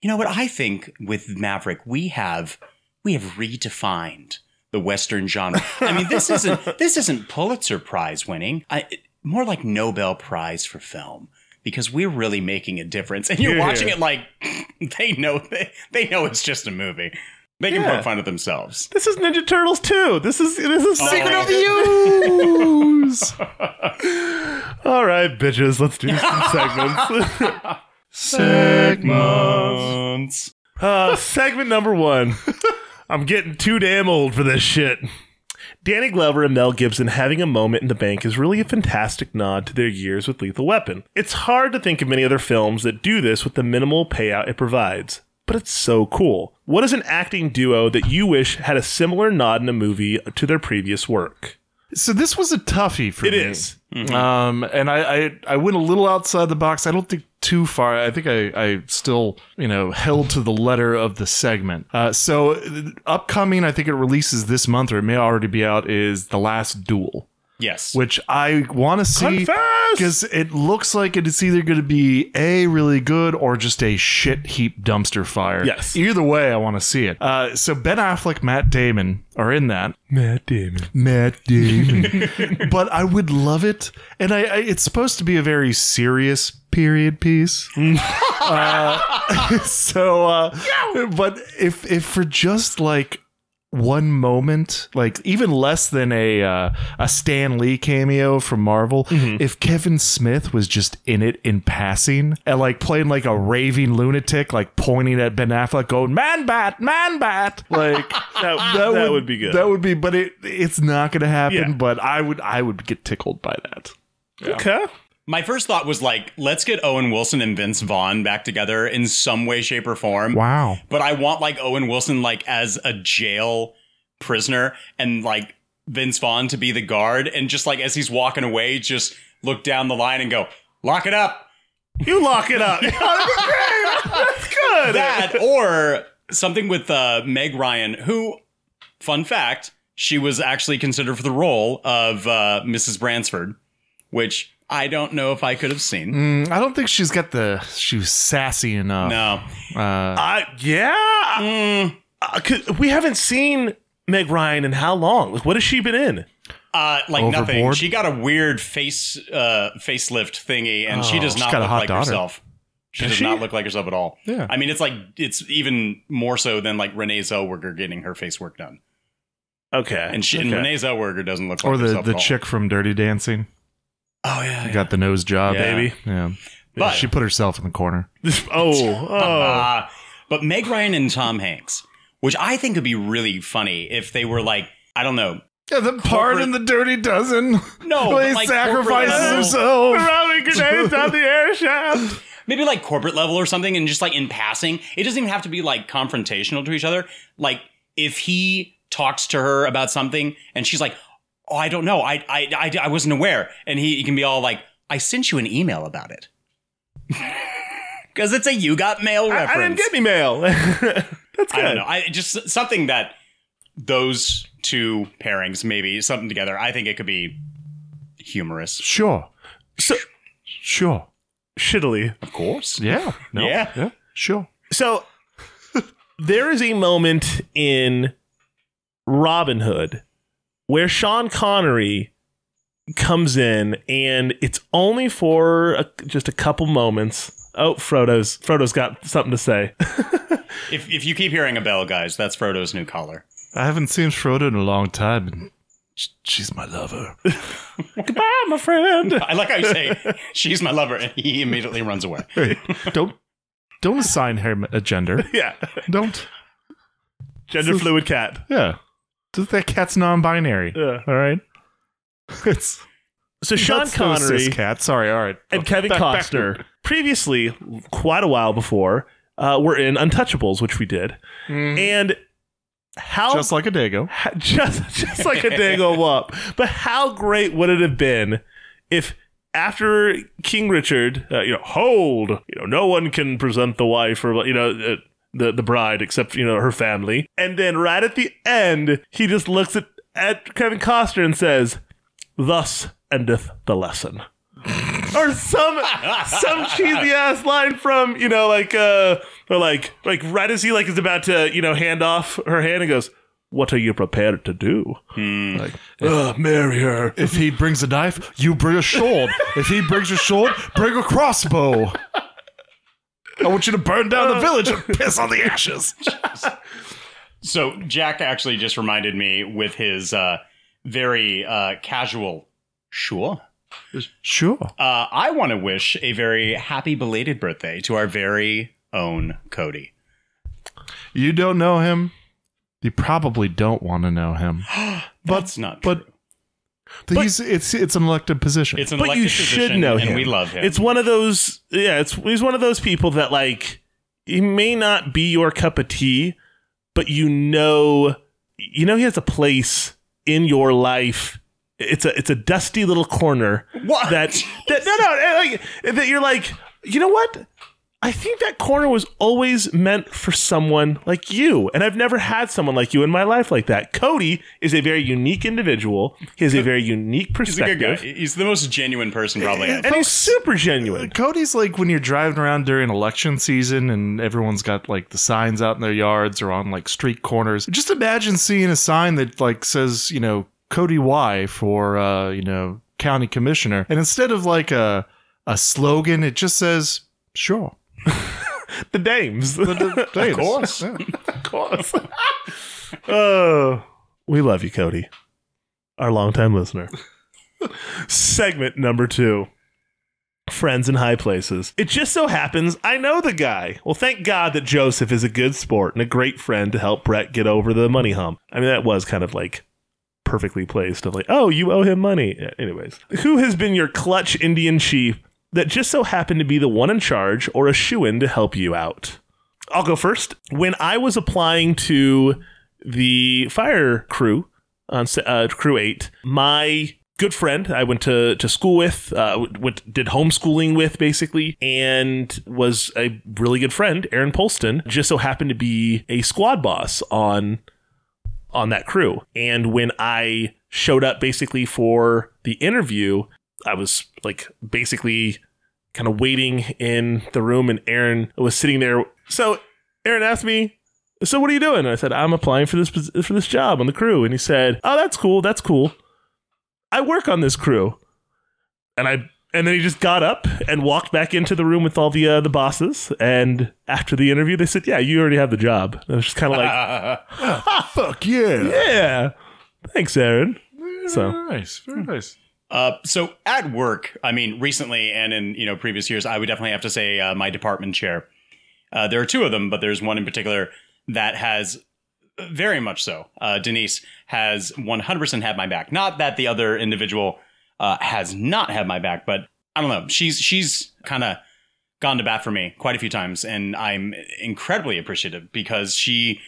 you know what? I think with Maverick, we have we have redefined the Western genre. I mean, this isn't this isn't Pulitzer Prize winning. I, more like Nobel Prize for film because we're really making a difference. And you're
Yeah.
watching it like they know they, they know it's just a movie. They can
Yeah.
poke fun of themselves.
this is Ninja Turtles too. This is this
Oh,
is Secret of the
Use.
All right, bitches, let's do some segments.
Segments.
Uh, segment number one. I'm getting too damn old for this shit. Danny Glover and Mel Gibson having a moment in the bank is really a fantastic nod to their years with Lethal Weapon. It's hard to think of many other films that do this with the minimal payout it provides, but it's so cool. What is an acting duo that you wish had a similar nod in a movie to their previous work?
So this was a toughie for
It
me.
is.
Um, and I, I I went a little outside the box. I don't think too far. I think I, I still you know held to the letter of the segment. Uh, so uh, upcoming, I think it releases this month or it may already be out. Is the Last Duel,
Yes.
which I want to see
Confess!
because it looks like it is either going to be a really good or just a shit heap dumpster fire.
Yes.
Either way, I want to see it. Uh, so Ben Affleck, Matt Damon are in that.
Matt Damon.
Matt Damon. but I would love it, and I, I it's supposed to be a very serious period piece. Uh, so, uh, but if if for just like one moment, like even less than a uh, a Stan Lee cameo from Marvel, if Kevin Smith was just in it in passing and like playing like a raving lunatic, like pointing at Ben Affleck, going "Man Bat, Man Bat," like
That, that would, be good.
that would be, but it it's not going to happen.
Yeah.
But I would I would get tickled by that.
Okay.
My first thought was like, let's get Owen Wilson and Vince Vaughn back together in some way, shape, or form.
Wow.
But I want like Owen Wilson like as a jail prisoner and like Vince Vaughn to be the guard and just like as he's walking away, just look down the line and go, lock it up.
You lock it up. That's good.
That or something with uh, Meg Ryan, who, fun fact, she was actually considered for the role of uh, Mrs. Bransford, which I don't know if I could have seen.
Mm, I don't think she's got the she was sassy enough.
No.
Uh,
I yeah.
Mm.
Uh, 'cause we haven't seen Meg Ryan in how long? Like, what has she been in?
Uh, like nothing.
Overboard?
She got a weird face uh, facelift thingy, and she
Oh,
does
she's
not
got a
look
hot
like
daughter.
herself. She
Does
does
she?
not look like herself at all.
Yeah.
I mean, it's like it's even more so than like Renee Zellweger getting her face work done,
Okay,
and she
okay.
and Renee Zellweger doesn't look like
or the
herself
the
at all.
chick from Dirty Dancing.
Oh yeah,
You got the nose job,
Yeah. Baby.
Yeah,
But- uh,
she put herself in the corner.
oh,
but Meg Ryan and Tom Hanks, which I think would be really funny if they were like, I don't know.
Yeah, the part in the Dirty Dozen.
No,
Where he
but like corporate
sacrifices
level.
himself.
Throwing grenades out the
air shaft.
Maybe like corporate level or something, and just like in passing, it doesn't even have to be like confrontational to each other. Like if he talks to her about something and she's like, "Oh, I don't know, I I I, I wasn't aware," and he, he can be all like, "I sent you an email about it," because it's a you got mail
I,
reference.
I didn't get any mail. That's
I don't
good.
know. I just something that those two pairings maybe something together. I think it could be humorous.
Sure.
So,
sure.
Shittily.
Of course.
Yeah. No.
Yeah.
Yeah. Sure.
So there is a moment in Robin Hood where Sean Connery comes in and it's only for a, just a couple moments. Oh, Frodo's Frodo's got something to say.
If if you keep hearing a bell, guys, that's Frodo's new collar.
I haven't seen Frodo in a long time, and sh- she's my lover.
Goodbye, my friend.
I like how you say she's my lover, and he immediately runs away.
don't don't assign her a gender.
yeah.
Don't.
Gender fluid cat.
Yeah. Just that cat's non-binary.
Yeah.
All right. It's
So Sean
that's no
Connery
cis cat. Sorry. All right.
and Kevin
Back- back to-
Costner previously, quite a while before, uh, were in Untouchables, which we did, and how
Just like a Dago.
ha- just just like a dango wop. But how great would it have been if after King Richard, uh, you know, hold, you know, no one can present the wife or you know. Uh, the, the bride except you know her family and then right at the end he just looks at, at kevin costner and says thus endeth the lesson or some some cheesy ass line from you know like uh or like like right as he like is about to you know hand off her hand and goes what are you prepared to do like ugh, marry her
If he brings a knife, you bring a sword. if he brings a sword, bring a crossbow. I want you to burn down the village and piss on the ashes.
So Jack actually just reminded me with his uh, very uh, casual. Sure.
Sure.
Uh, I want to wish a very happy belated birthday to our very own Cody.
You don't know him. You probably don't want to know him.
But it's not.
But, he's it's it's an elected position.
It's an
but
elected
you should
position,
know
and
him
we love him.
it's one of those yeah it's he's one of those people that like he may not be your cup of tea but you know you know he has a place in your life it's a it's a dusty little corner
What?
that that no no like that you're like you know what I think that corner was always meant for someone like you, and I've never had someone like you in my life like that. Cody is a very unique individual. He has a very unique
He's a
perspective
good guy. He's the most genuine person probably.
and he's super genuine.
Cody's like when you're driving around during election season and everyone's got like the signs out in their yards or on like street corners. Just imagine seeing a sign that like says, you know, Cody Y for uh, you know, county commissioner. And instead of like a a slogan, it just says, sure.
The dames, of
Of
course.
course. oh, we love you, Cody, our longtime listener. Segment number two. Friends in high places. It just so happens I know the guy. Well, thank God that Joseph is a good sport and a great friend to help Brett get over the money hump. I mean, that was kind of like perfectly placed of like, oh, you owe him money. Yeah, Anyways, who has been your clutch Indian chief that just so happened to be the one in charge or a shoe in to help you out? I'll go first. When I was applying to the fire crew on s- uh, crew eight, my good friend I went to, to school with, uh, w- went, did homeschooling with basically, and was a really good friend, Aaron Polston, just so happened to be a squad boss on on that crew. And when I showed up basically for the interview, I was like basically kind of waiting in the room, and Aaron was sitting there. So Aaron asked me, "So what are you doing?" And I said, "I'm applying for this pos- for this job on the crew." And he said, "Oh, that's cool. That's cool. I work on this crew." And I and then he just got up and walked back into the room with all the uh, the bosses. And after the interview, they said, "Yeah, you already have the job." And I was just kind of like,
Fuck yeah.
yeah. Thanks, Aaron. So
nice. Very nice.
Uh, so at work, I mean, recently and in you know previous years, I would definitely have to say uh, my department chair. Uh, there are two of them, but there's one in particular that has very much so. Uh, Denise has 100% had my back. Not that the other individual uh, has not had my back, but I don't know. She's she's kind of gone to bat for me quite a few times, and I'm incredibly appreciative because she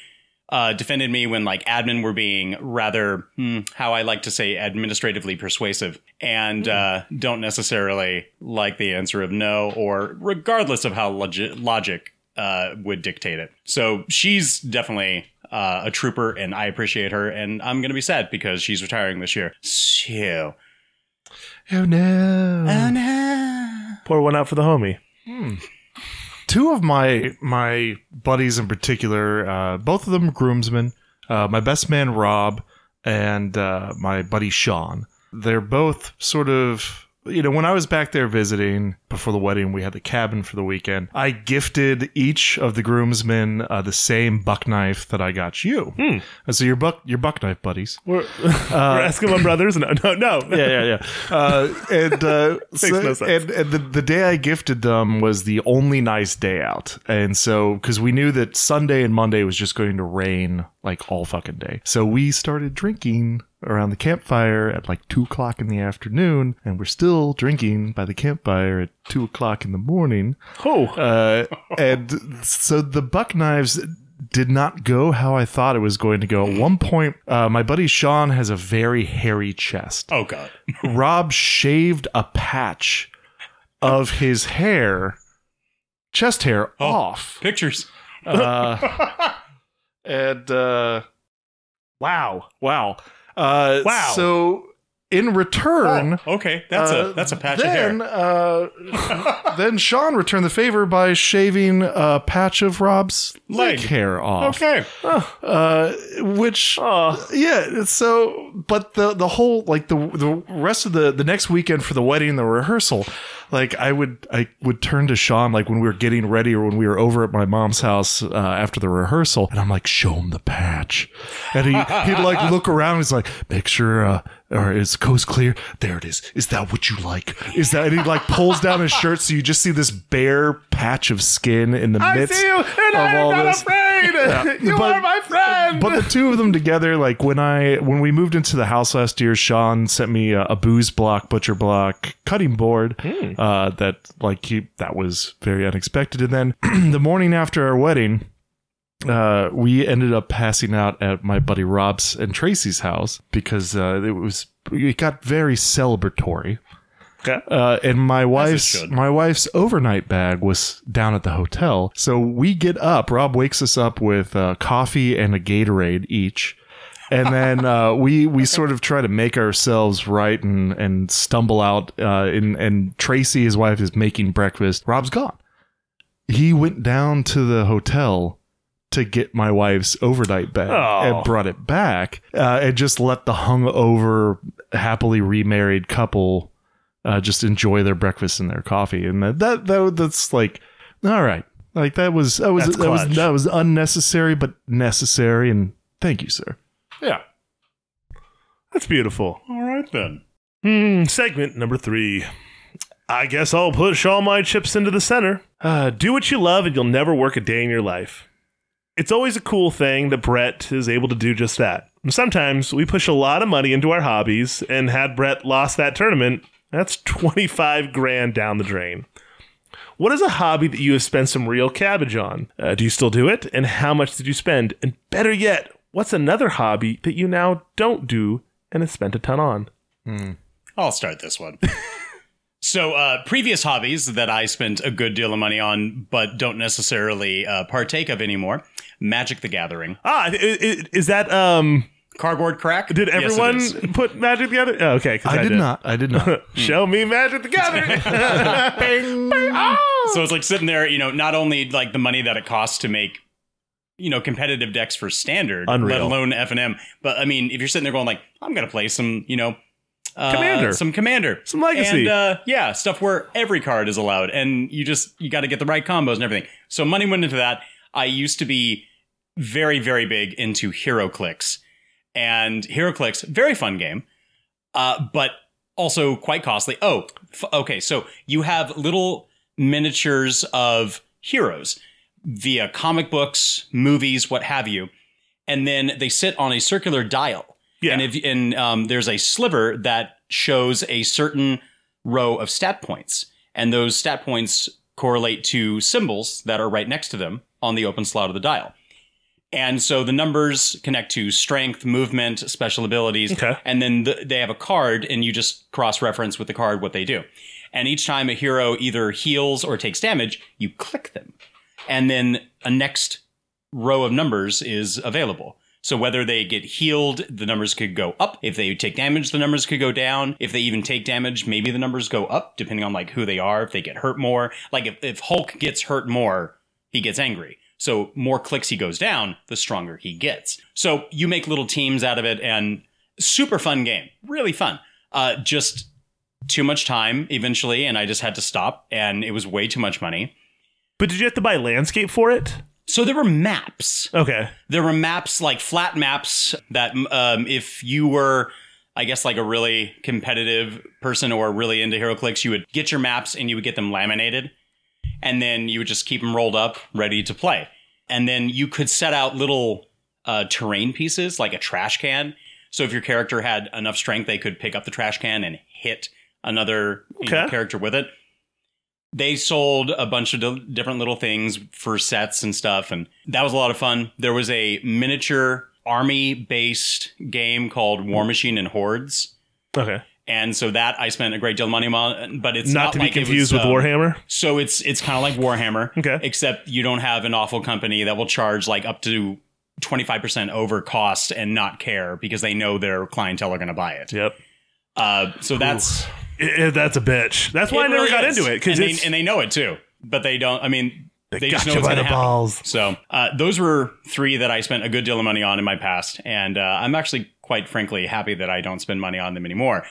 uh, defended me when like admin were being rather hmm, how I like to say administratively persuasive and uh, don't necessarily like the answer of no or regardless of how logi- logic uh, would dictate it. So she's definitely uh, a trooper and I appreciate her and I'm gonna be sad because she's retiring this year. So
Oh no.
Oh no.
Pour one out for the homie.
Hmm. Two of my my
buddies in particular, uh, both of them groomsmen. Uh, my best man Rob and uh, my buddy Sean. They're both sort of you know when I was back there visiting before the wedding, we had the cabin for the weekend. I gifted each of the groomsmen uh, the same buck knife that I got you.
Hmm.
And so your buck your buck knife buddies.
We're, we're Eskimo brothers. No, no, no.
uh, Yeah, yeah, yeah. Uh, and uh,
Makes
so-
no sense.
and, and the, the day I gifted them was the only nice day out, and so because we knew that Sunday and Monday was just going to rain like all fucking day, so we started drinking around the campfire at like two o'clock in the afternoon, and we're still drinking by the campfire at two o'clock in the morning.
Oh,
uh, and so the buck knives did not go how I thought it was going to go. At one point, uh, my buddy Sean has a very hairy chest.
Oh God!
Rob shaved a patch of his hair, chest hair,
Oh.
off.
Pictures.
Uh, and uh, wow, wow, uh,
Wow.
So in return,
okay, Oh, that's a that's a patch
Uh, then, Uh, then Sean returned the favor by shaving a patch of Rob's leg,
Leg.
hair off.
Okay.
Uh, which, yeah. So, but the the whole like the the rest of the the next weekend for the wedding, the rehearsal, like I would I would turn to Sean like when we were getting ready or when we were over at my mom's house uh, after the rehearsal, and I'm like, show him the patch, and he he'd like look around. He's like, make sure. Uh, or is the coast clear? There it is. Is that what you like? Is that? And he like pulls down his shirt, so you just see this bare patch of skin in the
I
midst
see you, and
of
I am
all
not
this.
afraid.
Yeah.
You
But-
are my friend.
but the two of them together, like when I when we moved into the house last year, Sean sent me a, a booze block, butcher block, cutting board.
Hmm.
Uh, that like he that was very unexpected. And then the morning after our wedding, uh, we ended up passing out at my buddy Rob's and Tracy's house because uh, it was it got very celebratory. Uh, and my wife's my wife's overnight bag was down at the hotel, so we get up. Rob wakes us up with uh, coffee and a Gatorade each, and then uh, we we sort of try to make ourselves right and and stumble out. Uh, and and Tracy, his wife, is making breakfast. Rob's gone. He went down to the hotel to get my wife's overnight bag
Oh.
and brought it back uh, and just let the hungover, happily remarried couple uh, just enjoy their breakfast and their coffee. And that, that, that that's like, all right. Like that was that was
That's
that was
clutch.
that was unnecessary but necessary and thank you sir.
Yeah. That's beautiful.
All right then.
Hmm, segment number three. I guess I'll push all my chips into the center. Uh, do what you love, and you'll never work a day in your life. It's always a cool thing that Brett is able to do just that. And sometimes we push a lot of money into our hobbies, and had Brett lost that tournament, that's 25 grand down the drain. What is a hobby that you have spent some real cabbage on? Uh, do you still do it? And how much did you spend? And better yet, what's another hobby that you now don't do and have spent a ton on?
I'll start this one. so, uh, previous hobbies that I spent a good deal of money on, but don't necessarily uh, partake of anymore Magic the Gathering.
Ah, i- i- is that um
cardboard crack?
Did
Yes, it
everyone
is.
put Magic the Gathering? Oh, okay, 'cause
I, did, not. I did not.
Show me Magic the Gathering. Bing. Oh!
So it's like sitting there, you know, not only like the money that it costs to make, you know, competitive decks for standard, let
Unreal.
alone F and M. But I mean, if you're sitting there going like, I'm gonna play some, you know, uh,
Commander.
some commander,
Some Legacy.
and, uh, yeah, stuff where every card is allowed, and you just you got to get the right combos and everything. So money went into that. I used to be very very big into hero clicks, and hero clicks very fun game, uh, but also quite costly. Oh, f- okay. So you have little miniatures of heroes via comic books, movies, what have you, and then they sit on a circular dial. Yeah. And if and um, there's a sliver that shows a certain row of stat points, and those stat points correlate to symbols that are right next to them on the open slot of the dial. And so the numbers connect to strength, movement, special abilities,
Okay.
and then the, they have a card, and you just cross reference with the card what they do. And each time a hero either heals or takes damage, you click them, and then a next row of numbers is available. So whether they get healed, the numbers could go up. If they take damage, the numbers could go down. If they even take damage, maybe the numbers go up depending on like who they are. If they get hurt more, like if, if Hulk gets hurt more, he gets angry. So more clicks he goes down, the stronger he gets. So you make little teams out of it and super fun game. Really fun. Uh, just too much time eventually. And I just had to stop and it was way too much money.
But did you have to buy landscape for it?
So there were maps.
Okay.
There were maps like flat maps that um, if you were, I guess, like a really competitive person or really into HeroClix, you would get your maps and you would get them laminated, and then you would just keep them rolled up, ready to play. And then you could set out little uh, terrain pieces like a trash can. So if your character had enough strength, they could pick up the trash can and hit another you know,
Okay.
character with it. They sold a bunch of di- different little things for sets and stuff, and that was a lot of fun. There was a miniature army based game called War Machine and Hordes.
Okay.
And so that I spent a great deal of money on, but it's
Not
not,
to be
like it
confused
was,
with
um,
Warhammer?
So it's it's kind of like Warhammer, okay? Except you don't have an awful company that will charge like up to twenty five percent over cost and not care because they know their clientele are going to buy it.
Yep.
Uh, so that's
Eh, eh, that's a bitch. That's why I
it
never
really
got
is.
into it because
and,
it's
they- and they know it too, but they don't. I mean, they,
got
just know
you
it's
by
gonna
the
happen.
balls.
So uh, those were three that I spent a good deal of money on in my past, and uh, I'm actually quite frankly happy that I don't spend money on them anymore.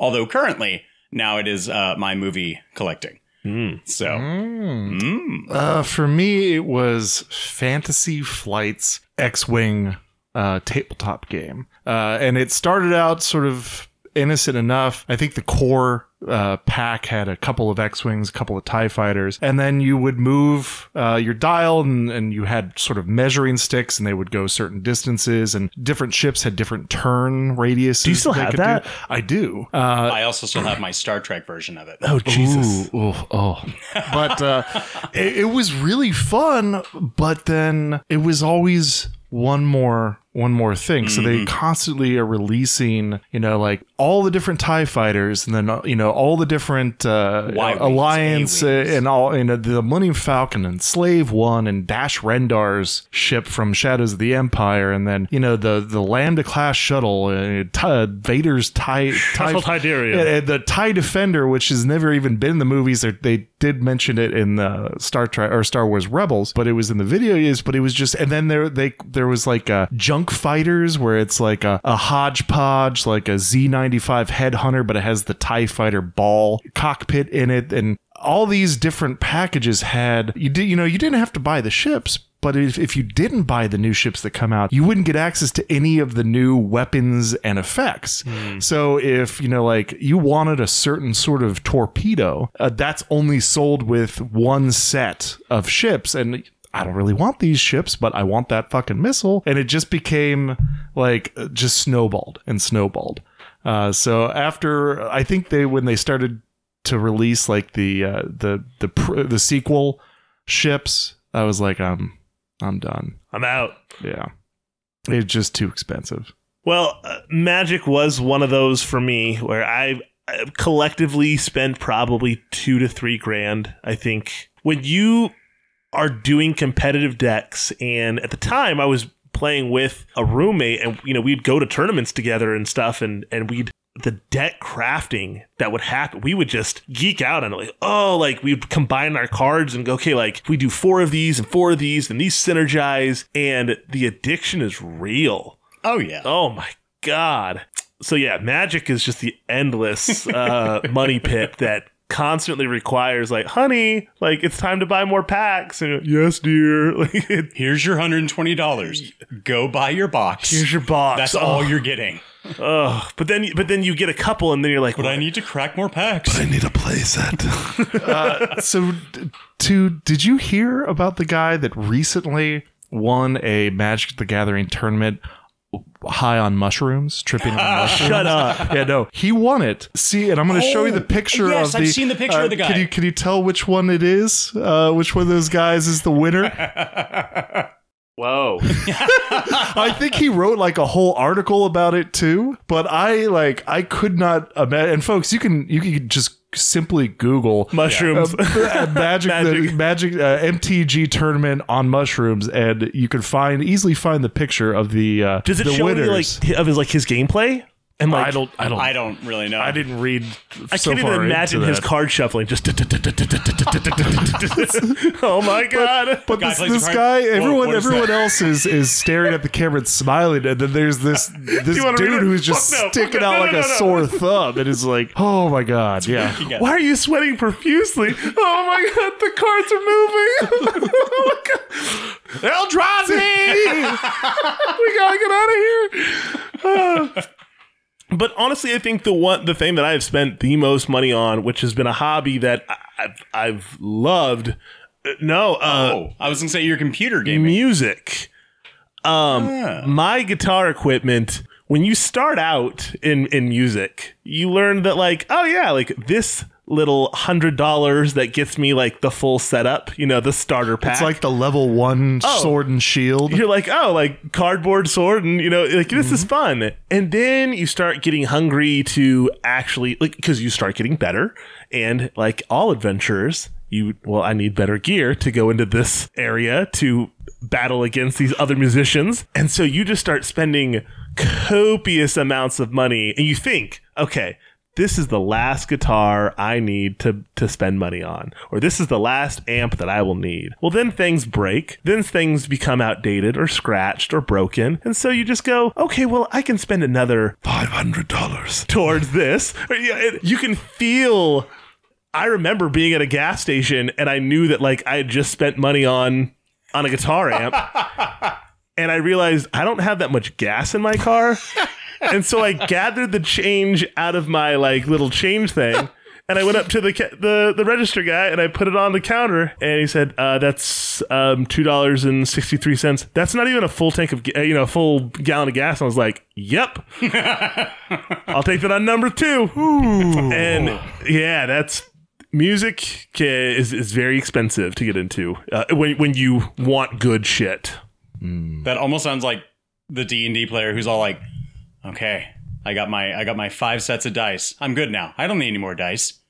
Although currently now it is uh, my movie collecting.
Hmm.
So Mm.
Uh, for me, it was Fantasy Flight's X Wing uh, tabletop game. Uh, and it started out sort of innocent enough. I think the core uh, pack had a couple of X Wings, a couple of TIE fighters. And then you would move uh, your dial and, and you had sort of measuring sticks and they would go certain distances. And different ships had different turn radiuses. Do you
still have that?
I do. Uh,
I also still have my Star Trek version of it.
Oh.
Ooh, oh, oh. But uh, it, it was really fun. But then it was always one more, one more thing. So they
Mhm.
constantly are releasing, you know, like all the different Tie Fighters, and then uh, you know all the different uh,
Y-wings,
alliance uh, and all, you know, the Millennium Falcon and Slave One and Dash Rendar's ship from Shadows of the Empire, and then you know the the Lambda class shuttle, uh, Ti- Vader's Tie, Tie
Shuttle Tidarium.
Yeah, and the Tie Defender, which has never even been in the movies. They're- They did mention it in the Star Trek or Star Wars Rebels, but it was in the video games. But it was just, and then there they there was like uh junk fighters where it's like a, a hodgepodge, like a Z ninety five headhunter, but it has the Tie Fighter ball cockpit in it, and all these different packages had you did you know you didn't have to buy the ships but if, if you didn't buy the new ships that come out, you wouldn't get access to any of the new weapons and effects. So if, you know, like you wanted a certain sort of torpedo, uh, that's only sold with one set of ships. And I don't really want these ships, but I want that fucking missile. And it just became like uh, just snowballed and snowballed. Uh, so after, I think they, when they started to release like the uh, the the pr- the sequel ships, I was like, I'm I'm done.
I'm out.
Yeah, it's just too expensive.
Well, uh, Magic was one of those for me where I uh, collectively spend probably two to three grand. I think when you are doing competitive decks, and at the time I was playing with a roommate, and you know we'd go to tournaments together and stuff, and and we'd the deck crafting that would happen we would just geek out on it like oh like we'd combine our cards and go okay like if we do four of these and four of these and these synergize and the addiction is real
Oh yeah.
Oh my god. So yeah, magic is just the endless uh, money pit that constantly requires like, honey, like it's time to buy more packs. And you're like, yes, dear. Like it,
Here's your hundred and twenty dollars. Go buy your box.
Here's your box.
That's
Oh.
all you're getting.
Ugh. But then, but then you get a couple, and then you're like,
But I need to crack more packs.
I need a playset.
Uh, so, d- to did you hear about the guy that recently won a Magic the Gathering tournament high on mushrooms, tripping on mushrooms?
Shut up.
Yeah, no, he won it. See, and I'm going to show you the
Oh,
picture
yes,
of the.
I've seen the picture
uh,
of the guy.
Can you can you tell which one it is? Uh, which one of those guys is the winner?
Whoa.
I think he wrote like a whole article about it too, but I like I could not imagine. And folks, you can you can just simply Google
Mushrooms.
uh, magic the, magic uh, MTG tournament on mushrooms, and you can find easily find the picture of the uh,
Does it
the
show any,
winners.
like, hi- of his like his gameplay? And like,
I don't I don't
I don't really know.
I didn't read.
I
so
can't even
far into
imagine his
that.
card shuffling. Just oh my god!
But this, this guy, everyone, everyone else is is staring at the camera and smiling, and then there's this this
You wanna read
dude
it?
who's just
Fuck no, fuck
sticking
no,
out
no,
like
no,
a
no, no.
sore thumb, and it's like, oh my god, yeah.
Why are you sweating profusely? Oh my god, the cards are moving. oh my god. El we gotta get out of here. but honestly, I think the one the thing that I've spent the most money on, which has been a hobby that I- I've, I've loved. uh, No, uh,
Oh, I was gonna say your computer
Oh.
gaming.
music. Um, my guitar equipment. When you start out in in music, you learn that like, oh yeah, like this little hundred dollars that gets me like the full setup. You know, the starter pack.
It's like the level one
Oh.
sword and shield.
You're like, oh, like cardboard sword, and you know, like this is fun. And then you start getting hungry to actually, like, because you start getting better. And like all adventurers, you, well, I need better gear to go into this area to battle against these other musicians. And so you just start spending copious amounts of money, and you think, okay, this is the last guitar I need to, to spend money on, or this is the last amp that I will need. Well, then things break, then things become outdated or scratched or broken. And so you just go, okay, well, I can spend another $500 towards this. Or, yeah, it- You can feel. I remember being at a gas station and I knew that like I had just spent money on on a guitar amp and I realized I don't have that much gas in my car. and so I gathered the change out of my like little change thing. And I went up to the, ca- the the register guy and I put it on the counter and he said, uh, "That's um, two dollars and sixty three cents. That's not even a full tank of ga- uh, you know a full gallon of gas." And I was like, "Yep, I'll take that on number two. And yeah, that's music ca- is is very expensive to get into uh, when when you want good shit.
That almost sounds like the D and D player who's all like, "Okay, I got my I got my five sets of dice. I'm good now. I don't need any more dice."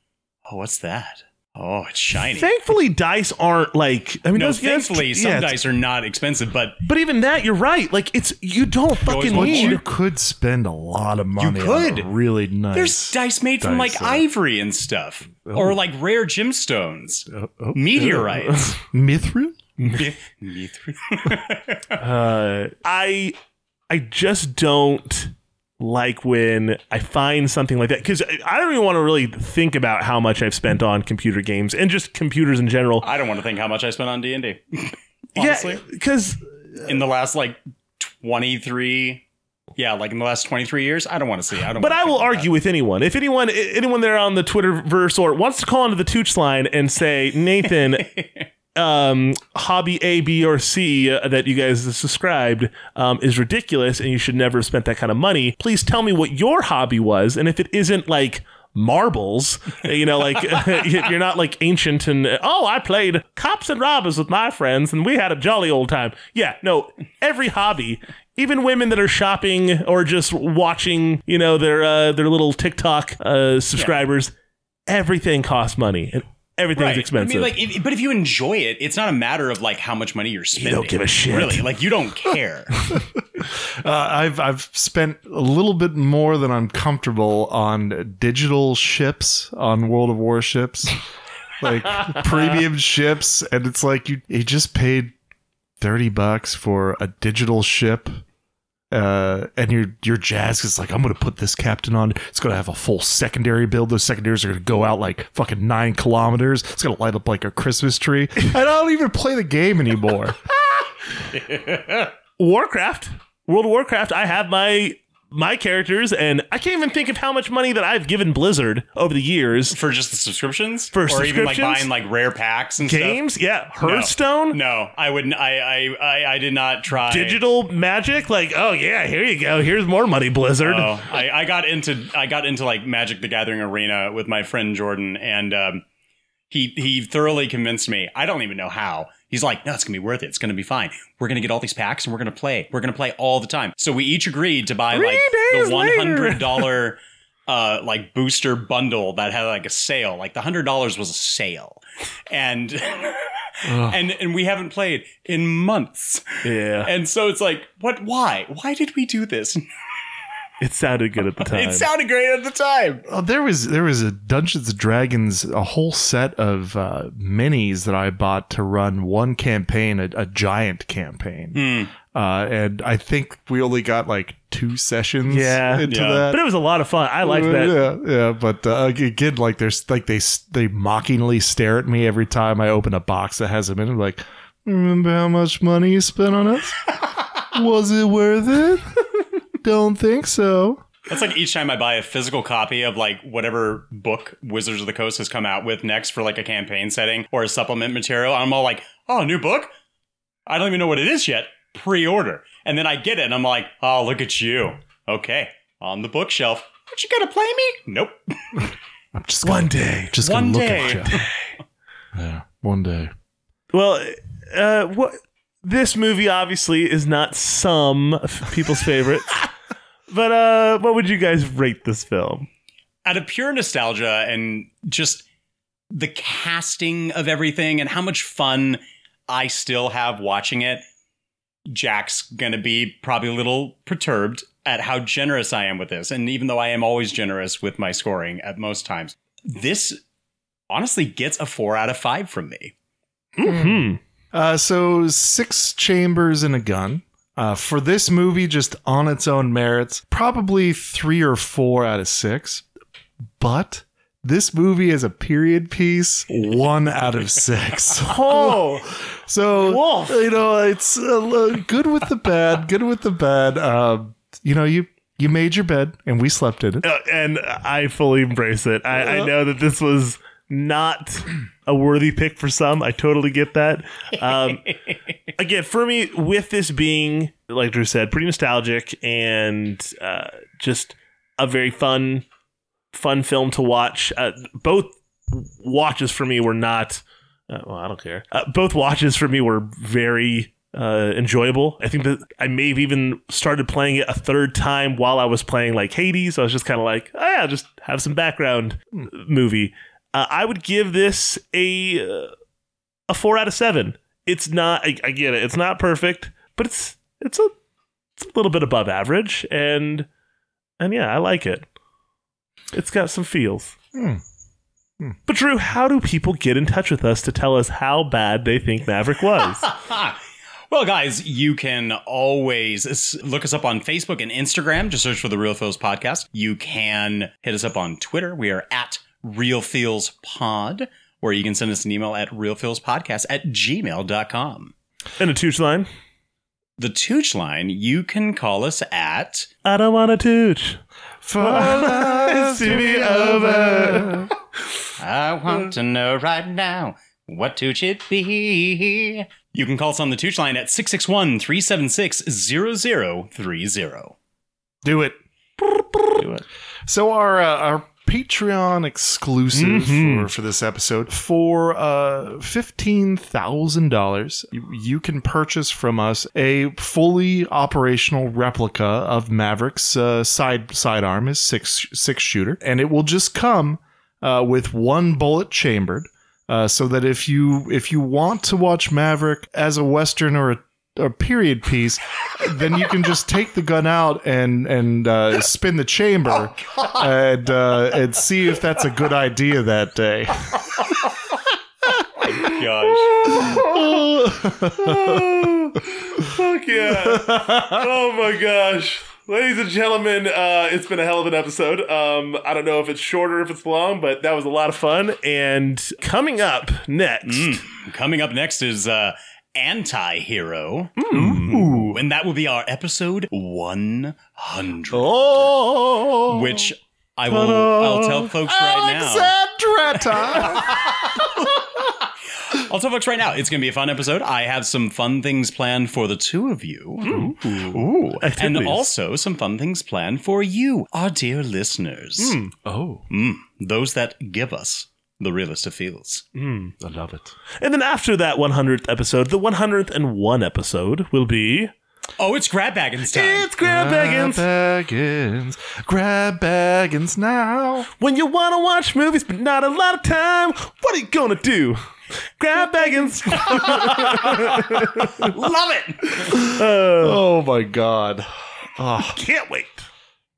Oh, what's that? Oh, it's shiny.
Thankfully, dice aren't like I mean,
no,
those, that's-
thankfully, some
yeah, it's-
dice are not expensive, but
But even that, you're right. Like it's you don't fucking
but
need.
you could spend a lot of money. on
could.
a really nice.
there's dice made from
dice
uh,
like ivory and stuff,
Oh.
or like rare gemstones, meteorites.
Mithril.
Mi- mithril.
Uh, I I just don't like when I find something like that because I I don't even want to really think about how much I've spent on computer games and just computers in general.
I don't want to think how much I spent on D and D.
Yeah, because
in the last like 23 yeah like in the last 23 years i don't want to see i don't
But
wanna
I will
think about
argue with anyone. If anyone, i- anyone there on the Twitterverse or wants to call into the Tooch line and say, Nathan, um, hobby A, B, or C uh, that you guys subscribed um, is ridiculous, and you should never have spent that kind of money. Please tell me what your hobby was, and if it isn't like marbles you know like you're not like ancient and uh, oh i played cops and robbers with my friends and we had a jolly old time yeah no every hobby even women that are shopping or just watching you know their uh, their little tiktok uh, subscribers everything costs money and everything's
Right.
expensive
I mean, like, if, but if you enjoy it, it's not a matter of like how much money you're spending.
don't give a shit.
really. Like, you don't care.
Uh, I've I've spent a little bit more than I'm comfortable on digital ships on World of Warships, like premium ships, and it's like you you just paid thirty bucks for a digital ship. Uh, and your your jazz is like I'm gonna put this captain on. It's gonna have a full secondary build. Those secondaries are gonna go out like fucking nine kilometers. It's gonna light up like a Christmas tree. And I don't even play the game anymore.
Warcraft, World of Warcraft. I have my my characters, and I can't even think of how much money that I've given Blizzard over the years
for just the subscriptions,
for
or
subscriptions,
even like buying like rare packs and
games.
Stuff.
Yeah,
No.
Hearthstone,
No, I wouldn't. I I I, I did not try
digital magic. Like, oh yeah, here you go. Here's more money, Blizzard.
Oh, I, I got into I got into like Magic the Gathering arena with my friend Jordan, and um, he he thoroughly convinced me. I don't even know how. He's like, no, it's gonna be worth it. It's gonna be fine. We're gonna get all these packs, and we're gonna play. We're gonna play all the time. So we each agreed to buy
Three
like
days
the one
later.
hundred dollar uh like booster bundle that had like a sale. Like the hundred dollars was a sale, and.
Ugh.
And and we haven't played in months.
Yeah.
And so it's like, what why? Why did we do this?
It sounded good at the time.
It sounded great at the time.
Oh, there was there was a Dungeons and Dragons a whole set of uh, minis that I bought to run one campaign, a, a giant campaign, uh, and I think we only got like two sessions.
yeah,
into that.
but it was a lot of fun. I liked
Uh,
that.
Yeah, yeah, but uh, again, like there's like they s- they mockingly stare at me every time I open a box that has them in. it. Like, remember how much money you spent on us? Was it worth it? Don't think so.
That's like each time I buy a physical copy of like whatever book Wizards of the Coast has come out with next for like a campaign setting or a supplement material. I'm all like, oh, new book? I don't even know what it is yet. Pre order. And then I get it and I'm like, oh, look at you. Okay. On the bookshelf. Aren't you going to play me? Nope.
I'm just one day. Just gonna
One
look
day.
at you. yeah, one day.
Well, uh, what this movie obviously is not some of people's favorite, but uh, what would you guys rate this film?
out of pure nostalgia and just the casting of everything and how much fun I still have watching it, Jack's gonna be probably a little perturbed at how generous I am with this. And even though I am always generous with my scoring at most times, this honestly gets a four out of five from me.
Hmm.
Uh, so six chambers and a gun. Uh, for this movie, just on its own merits, probably three or four out of six. But this movie is a period piece, one out of six.
Oh,
so you know it's uh, lo- good with the bad, good with the bad. Uh, you know you you made your bed and we slept in it.
Uh, and I fully embrace it. I, I know that this was not a worthy pick for some. I totally get that. Um, again, for me, with this being, like Drew said, pretty nostalgic and uh, just a very fun, fun film to watch. Uh, both watches for me were not. Uh, well, I don't care. Uh, both watches for me were very uh, enjoyable. I think that I may have even started playing it a third time while I was playing like Hades. I was just kind of like, oh, yeah, just have some background movie. Uh, I would give this a uh, a four out of seven. It's not. I, I get it. It's not perfect, but it's it's a it's a little bit above average, and and yeah, I like it. It's got some feels.
Hmm.
But Drew, how do people get in touch with us to tell us how bad they think Maverick was?
Well, guys, you can always s- look us up on Facebook and Instagram. Just search for the Real Feels Podcast. You can hit us up on Twitter. We are at Real Feels Pod, or you can send us an email at realfeelspodcast at gmail.com.
and a tooch line.
The Tooch line, you can call us at.
I don't want to tooch.
For us
to be over.
I want to know right now what Tooch it be. You can call us on the Tooch line at 661 376 0030.
Do it.
Do it.
So our uh, our Patreon exclusive for, for this episode for uh, fifteen thousand dollars, you, you can purchase from us a fully operational replica of Maverick's uh, side sidearm, his six six shooter, and it will just come uh, with one bullet chambered. Uh, so that if you if you want to watch Maverick as a western or a a period piece, then you can just take the gun out and and uh, spin the chamber
Oh,
and uh, and see if that's a good idea that day.
Fuck yeah. oh my gosh. Ladies and gentlemen, uh, it's been a hell of an episode. Um, I don't know if it's short or if it's long, but that was a lot of fun. And coming up next,
Mm. Coming up next is uh, Anti Hero.
Ooh,
and that will be our episode 100.
Oh,
which I will I'll tell folks right now. I'll tell folks right now, it's going to be a fun episode. I have some fun things planned for the two of you. Ooh. And
activities.
also some fun things planned for you, our dear listeners.
Hmm. Oh.
Mm. Those that give us the realest of feels. I love it.
And then after that 100th episode, the 101 episode will be.
Oh, it's grab baggins time.
It's grab baggins.
Baggins. Grab baggins now.
When you want to watch movies but not a lot of time, what are you going to do? Grab baggins.
Love it.
oh my god. Ah.
Can't wait.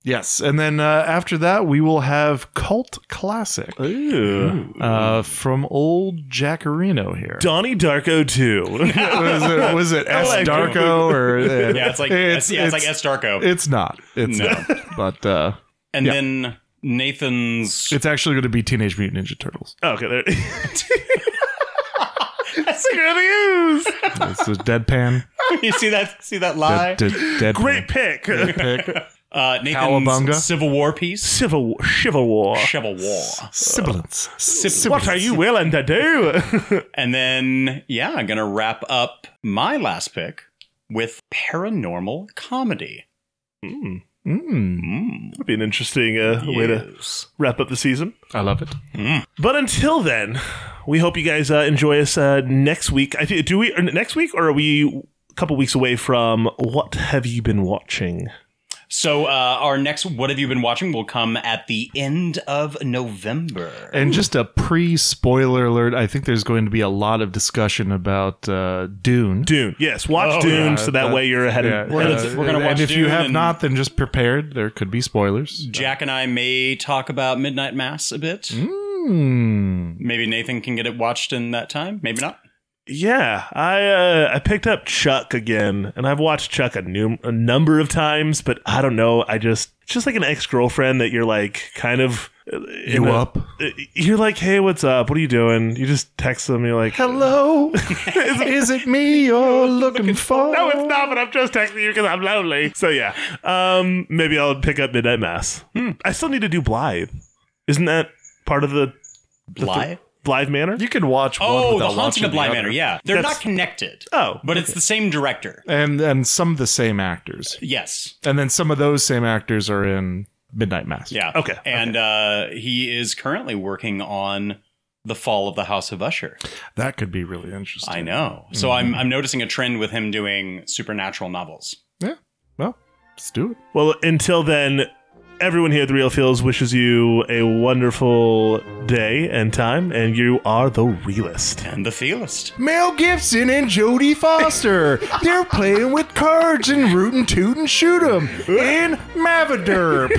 Yes, and then uh, after that we will have cult classic Uh, from old Jackarino here.
Donnie Darko too.
was it was it S
Electro.
Darko or uh,
Yeah, it's like- yeah, it's like S. Darko.
It's not. It's
No.
not. But uh,
And
yeah.
then Nathan's.
it's actually going to be Teenage Mutant Ninja Turtles.
okay, there.
That's the good news.
It's a deadpan.
you see that? See that lie?
Dead, dead, dead
Great pick.
Great pick. Uh, Nathan's
Cowabunga.
Civil War piece.
Civil War. Civil War.
Civil War.
Sibilance.
What are you willing to do?
And then, yeah, I'm going to wrap up my last pick with paranormal comedy.
Mm.
That'd be an interesting uh, way to wrap up the season.
I love it.
But until then, we hope you guys uh, enjoy us uh, next week. I think do we or next week or are we a couple weeks away from what have you been watching?
So, uh, our next What Have You Been Watching will come at the end of November.
And just a pre spoiler alert, I think there's going to be a lot of discussion about uh, Dune.
Dune, yes.
Oh,
Watch Dune so that way you're ahead of-
We're gonna- we're gonna watch
And if you
Dune
have
and-
not, then just prepared. There could be spoilers.
Jack and I may talk about Midnight Mass a bit.
Hmm.
Maybe Nathan can get it watched in that time. Maybe not.
Yeah, I uh, I picked up Chuck again, and I've watched Chuck a, num- a number of times, but I don't know. I just it's just like an ex girlfriend that you're like kind of uh, in
You
a-
up?
uh, You're like, hey, what's up? What are you doing? You just text them. You're like,
Hello? Is it me you're looking for?
no, it's not. But I'm just texting you because I'm lonely. So yeah, um, maybe I'll pick up Midnight Mass. Hmm. I still need to do Blythe. Isn't that part of the the
Blythe?
Blythe Manor?
You can watch one
Oh, The
without
Haunting
watching
of Bly
the
Manor.
other.
Yeah. They're
That's-
not connected.
Oh.
But it's the same director.
And and some of the same actors.
Yes.
And then some of those same actors are in Midnight Mass.
Yeah.
Okay.
And Uh, he is currently working on The Fall of the House of Usher.
That could be really interesting. Mm-hmm.
I know. So I'm, I'm noticing a trend with him doing supernatural novels.
Yeah. Well, let's do it.
Well, until then, everyone here at The Real Feels wishes you a wonderful day and time, and you are the realist.
And the feelist.
Mel Gibson and Jodie Foster. They're playing with cards and rootin' toot and shoot 'em in Mavaderp.